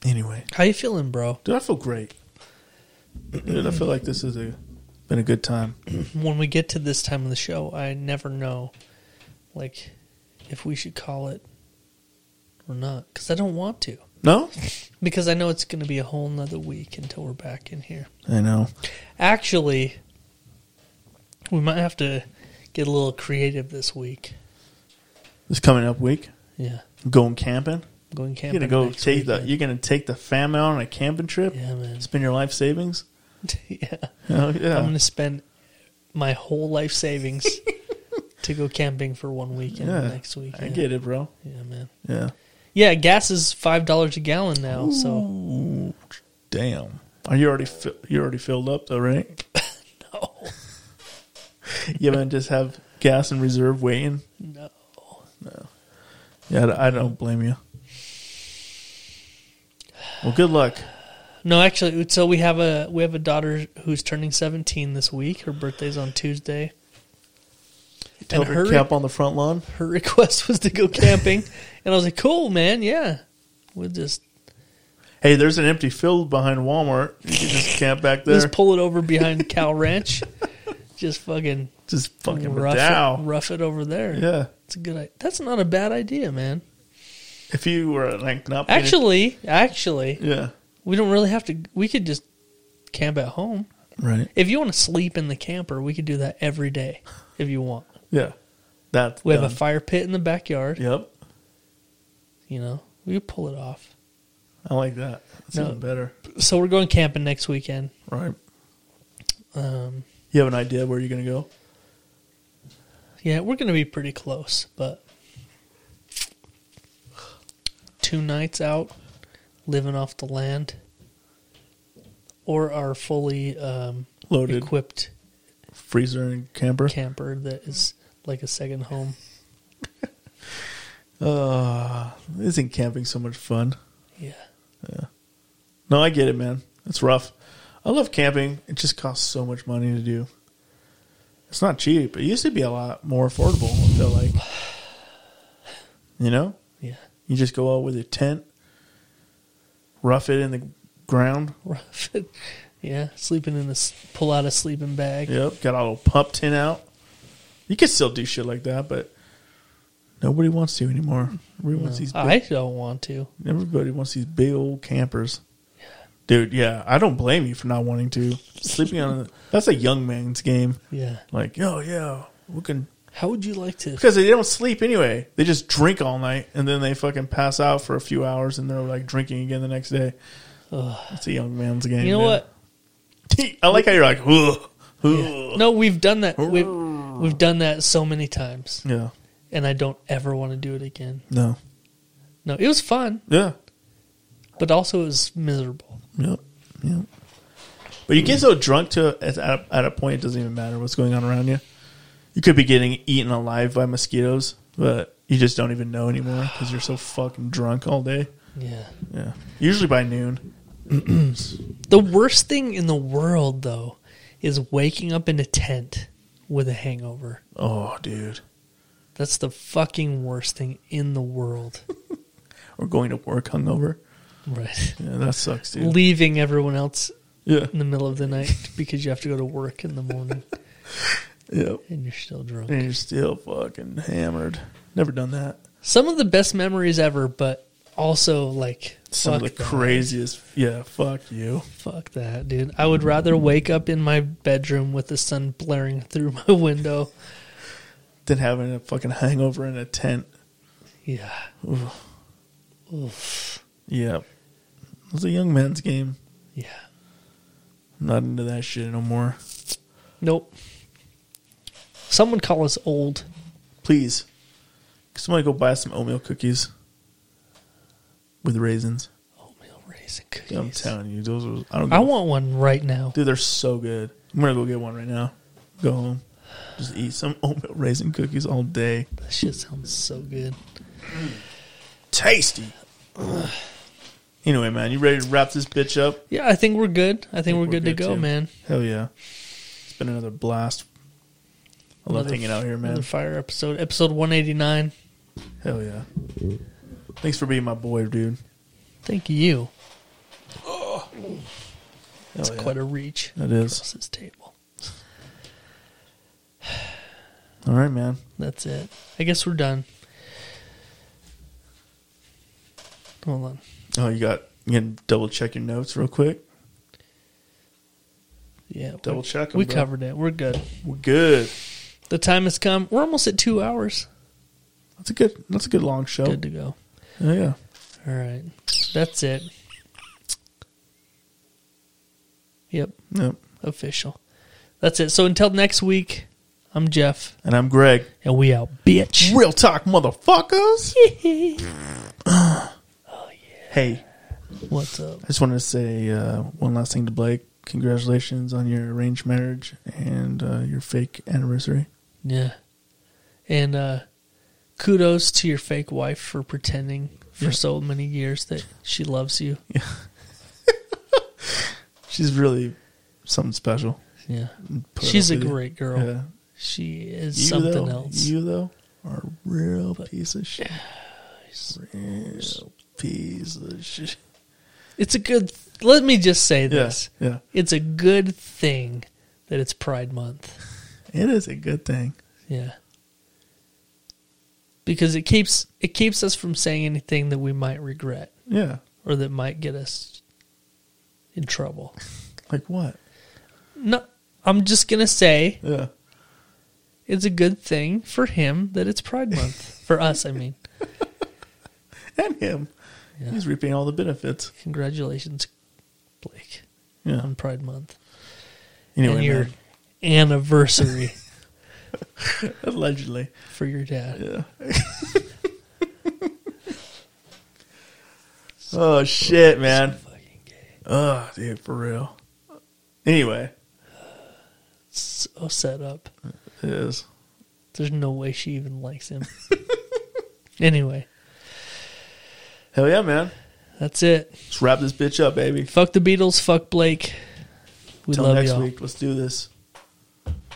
Anyway, how you feeling, bro? dude, I feel great. Dude, I feel like this has a been a good time. When we get to this time of the show, I never know like if we should call it or not cuz I don't want to. No, Because I know it's going to be a whole nother week until we're back in here. I know. Actually, we might have to get a little creative this week. This coming up week, Yeah, going camping. I'm going You're camping. gonna go next take the. weekend. You're gonna take the fam out on a camping trip. Yeah, man. (laughs) Spend your life savings. yeah. Oh yeah. I'm going to spend my whole life (laughs) savings to go camping for one weekend yeah. next week. I get it, bro. Yeah, man. Yeah. Yeah, gas is five dollars a gallon now. So Ooh, damn. Are Oh, you already fi- you already filled up though, (laughs) right? no, You haven't just have gas in reserve waiting. no. Yeah, I- I don't blame you. Well, good luck. No, actually, so we have a we have a daughter who's turning seventeen this week. Her birthday's on Tuesday. Tell and her her- cap on the front lawn. her (laughs) request was to go camping, and I was like, "Cool, man, yeah, we'll just Hey, there's an empty field behind Walmart. You can just camp back there. just pull it over behind (laughs) Cow Ranch, just fucking just fucking rough it, down. rough it over there. Yeah. it's a good. i- That's not a bad idea, man. If you were like not being- Actually, actually, yeah, we don't really have to. We could just camp at home. right, If you want to sleep in the camper, we could do that every day if you want. yeah. That's We have a done. fire pit in the backyard. Yep, You know, we could pull it off. I like that. That's No. even better. So we're going camping next weekend. Right. Um, You have an idea where you're gonna go? Yeah, we're going to be pretty close, but two nights out, living off the land, or our fully um, Loaded equipped freezer and camper. camper that is like a second home. Uh, isn't camping so much fun? Yeah, (laughs) No, I get it, man. It's rough. I love camping. It just costs so much money to do. It's not cheap. It used to be a lot more affordable. I feel like, you know, yeah. you just go out with a tent, rough it in the ground, Rough it. Yeah, sleeping in this pull out a sleeping bag. Yep, got a little pump tin out. You can still do shit like that, but nobody wants to anymore. Everybody wants these. Big, Um, I don't want to. Everybody wants these big old campers. Dude, yeah, I don't blame you for not wanting to sleeping (laughs) on. A, that's a young man's game. Yeah. Like, oh yeah, we can How would you like to? because they don't sleep anyway. They just drink all night and then they fucking pass out for a few hours and they're like drinking again the next day. It's a young man's game. You know dude. what? (laughs) I like how you're like, ugh, ugh. No, we've done that. We've, we've done that so many times, yeah, and I don't ever want to do it again. no, No, it was fun, yeah. but also it was miserable. Yep. Yep. But you get so drunk to at a, at a point it doesn't even matter what's going on around you. You could be getting eaten alive by mosquitoes, but you just don't even know anymore because you're so fucking drunk all day. Yeah. Yeah. Usually by noon. The worst thing in the world, though, is waking up in a tent with a hangover. Oh, dude. That's the fucking worst thing in the world. Or going to work hungover. Right. Yeah, that sucks, dude. Leaving everyone else Yeah. in the middle of the night (laughs) because you have to go to work in the morning Yep. (laughs) and you're still drunk. And you're still fucking hammered. Never done that. Some of the best memories ever, but also like Some of fuck the that. craziest. Yeah, fuck you. Fuck that, dude. I would rather wake up in my bedroom with the sun blaring through my window. Than having a fucking hangover in a tent. Yeah. Yeah. It's a young man's game. Yeah. I'm not into that shit no more. Nope. Someone call us old. Please. Somebody go buy some oatmeal cookies with raisins. Oatmeal raisin I'm cookies. telling you, those are, I don't I give a- want one right now. Dude, they're so good. I'm gonna go get one right now. Go home. Just eat some (laughs) oatmeal raisin cookies all day. That shit sounds so good. Tasty. anyway, man, you ready to wrap this bitch up? Yeah, I think we're good. I think, we're, we're good, good to go, too. man. Hell yeah. It's been another blast. I love Another- hanging out here, Another man. fire episode, episode 189. Hell yeah. Thanks for being my boy, dude. Thank you. That's Quite a reach. That is. Across this table. All right, man. That's it. I guess we're done. Hold on. Oh, you got you can double check your notes real quick. Yeah. we- Double check 'em, We bro. covered it. We're good. We're good. The time has come. We're almost at two hours. That's a good. That's a good long show. Good to go. Oh, yeah. All right. That's it. Yep. Yep. Official. That's it. So until next week, I'm Jeff, And I'm Greg. and we out, bitch. Real talk, (laughs) motherfuckers. Oh, Hey, What's up? I just wanted to say uh, one last thing to Blake. Congratulations on your arranged marriage and uh, your fake anniversary. Yeah. And uh, kudos to your fake wife for pretending for Yeah. so many years that she loves you. She's really something special. Yeah. Put up She's a with you. great girl. Yeah. She is You, something though, else. You though are a real piece of shit. Real piece of shit. It's a good. Let me just say this. Yes. Yeah. It's a good thing that it's Pride Month. It is a good thing. Yeah. Because it keeps it keeps us from saying anything that we might regret Yeah. or that might get us in trouble. Like what? No, I'm just gonna say Yeah. it's a good thing for him that it's Pride Month. for us, I mean. And him. Yeah. He's reaping all the benefits. Congratulations, Blake, Yeah. on Pride Month Um, and Anyway, your man, anniversary allegedly. for your dad. Yeah. oh shit, man. Oh, dude, for real. Anyway, So set up. it is. There's no way she even likes him. anyway, Hell yeah, man. that's it. Let's wrap this bitch up, baby. Fuck the Beatles. Fuck Blake. We Till love next y'all. week. Let's do this.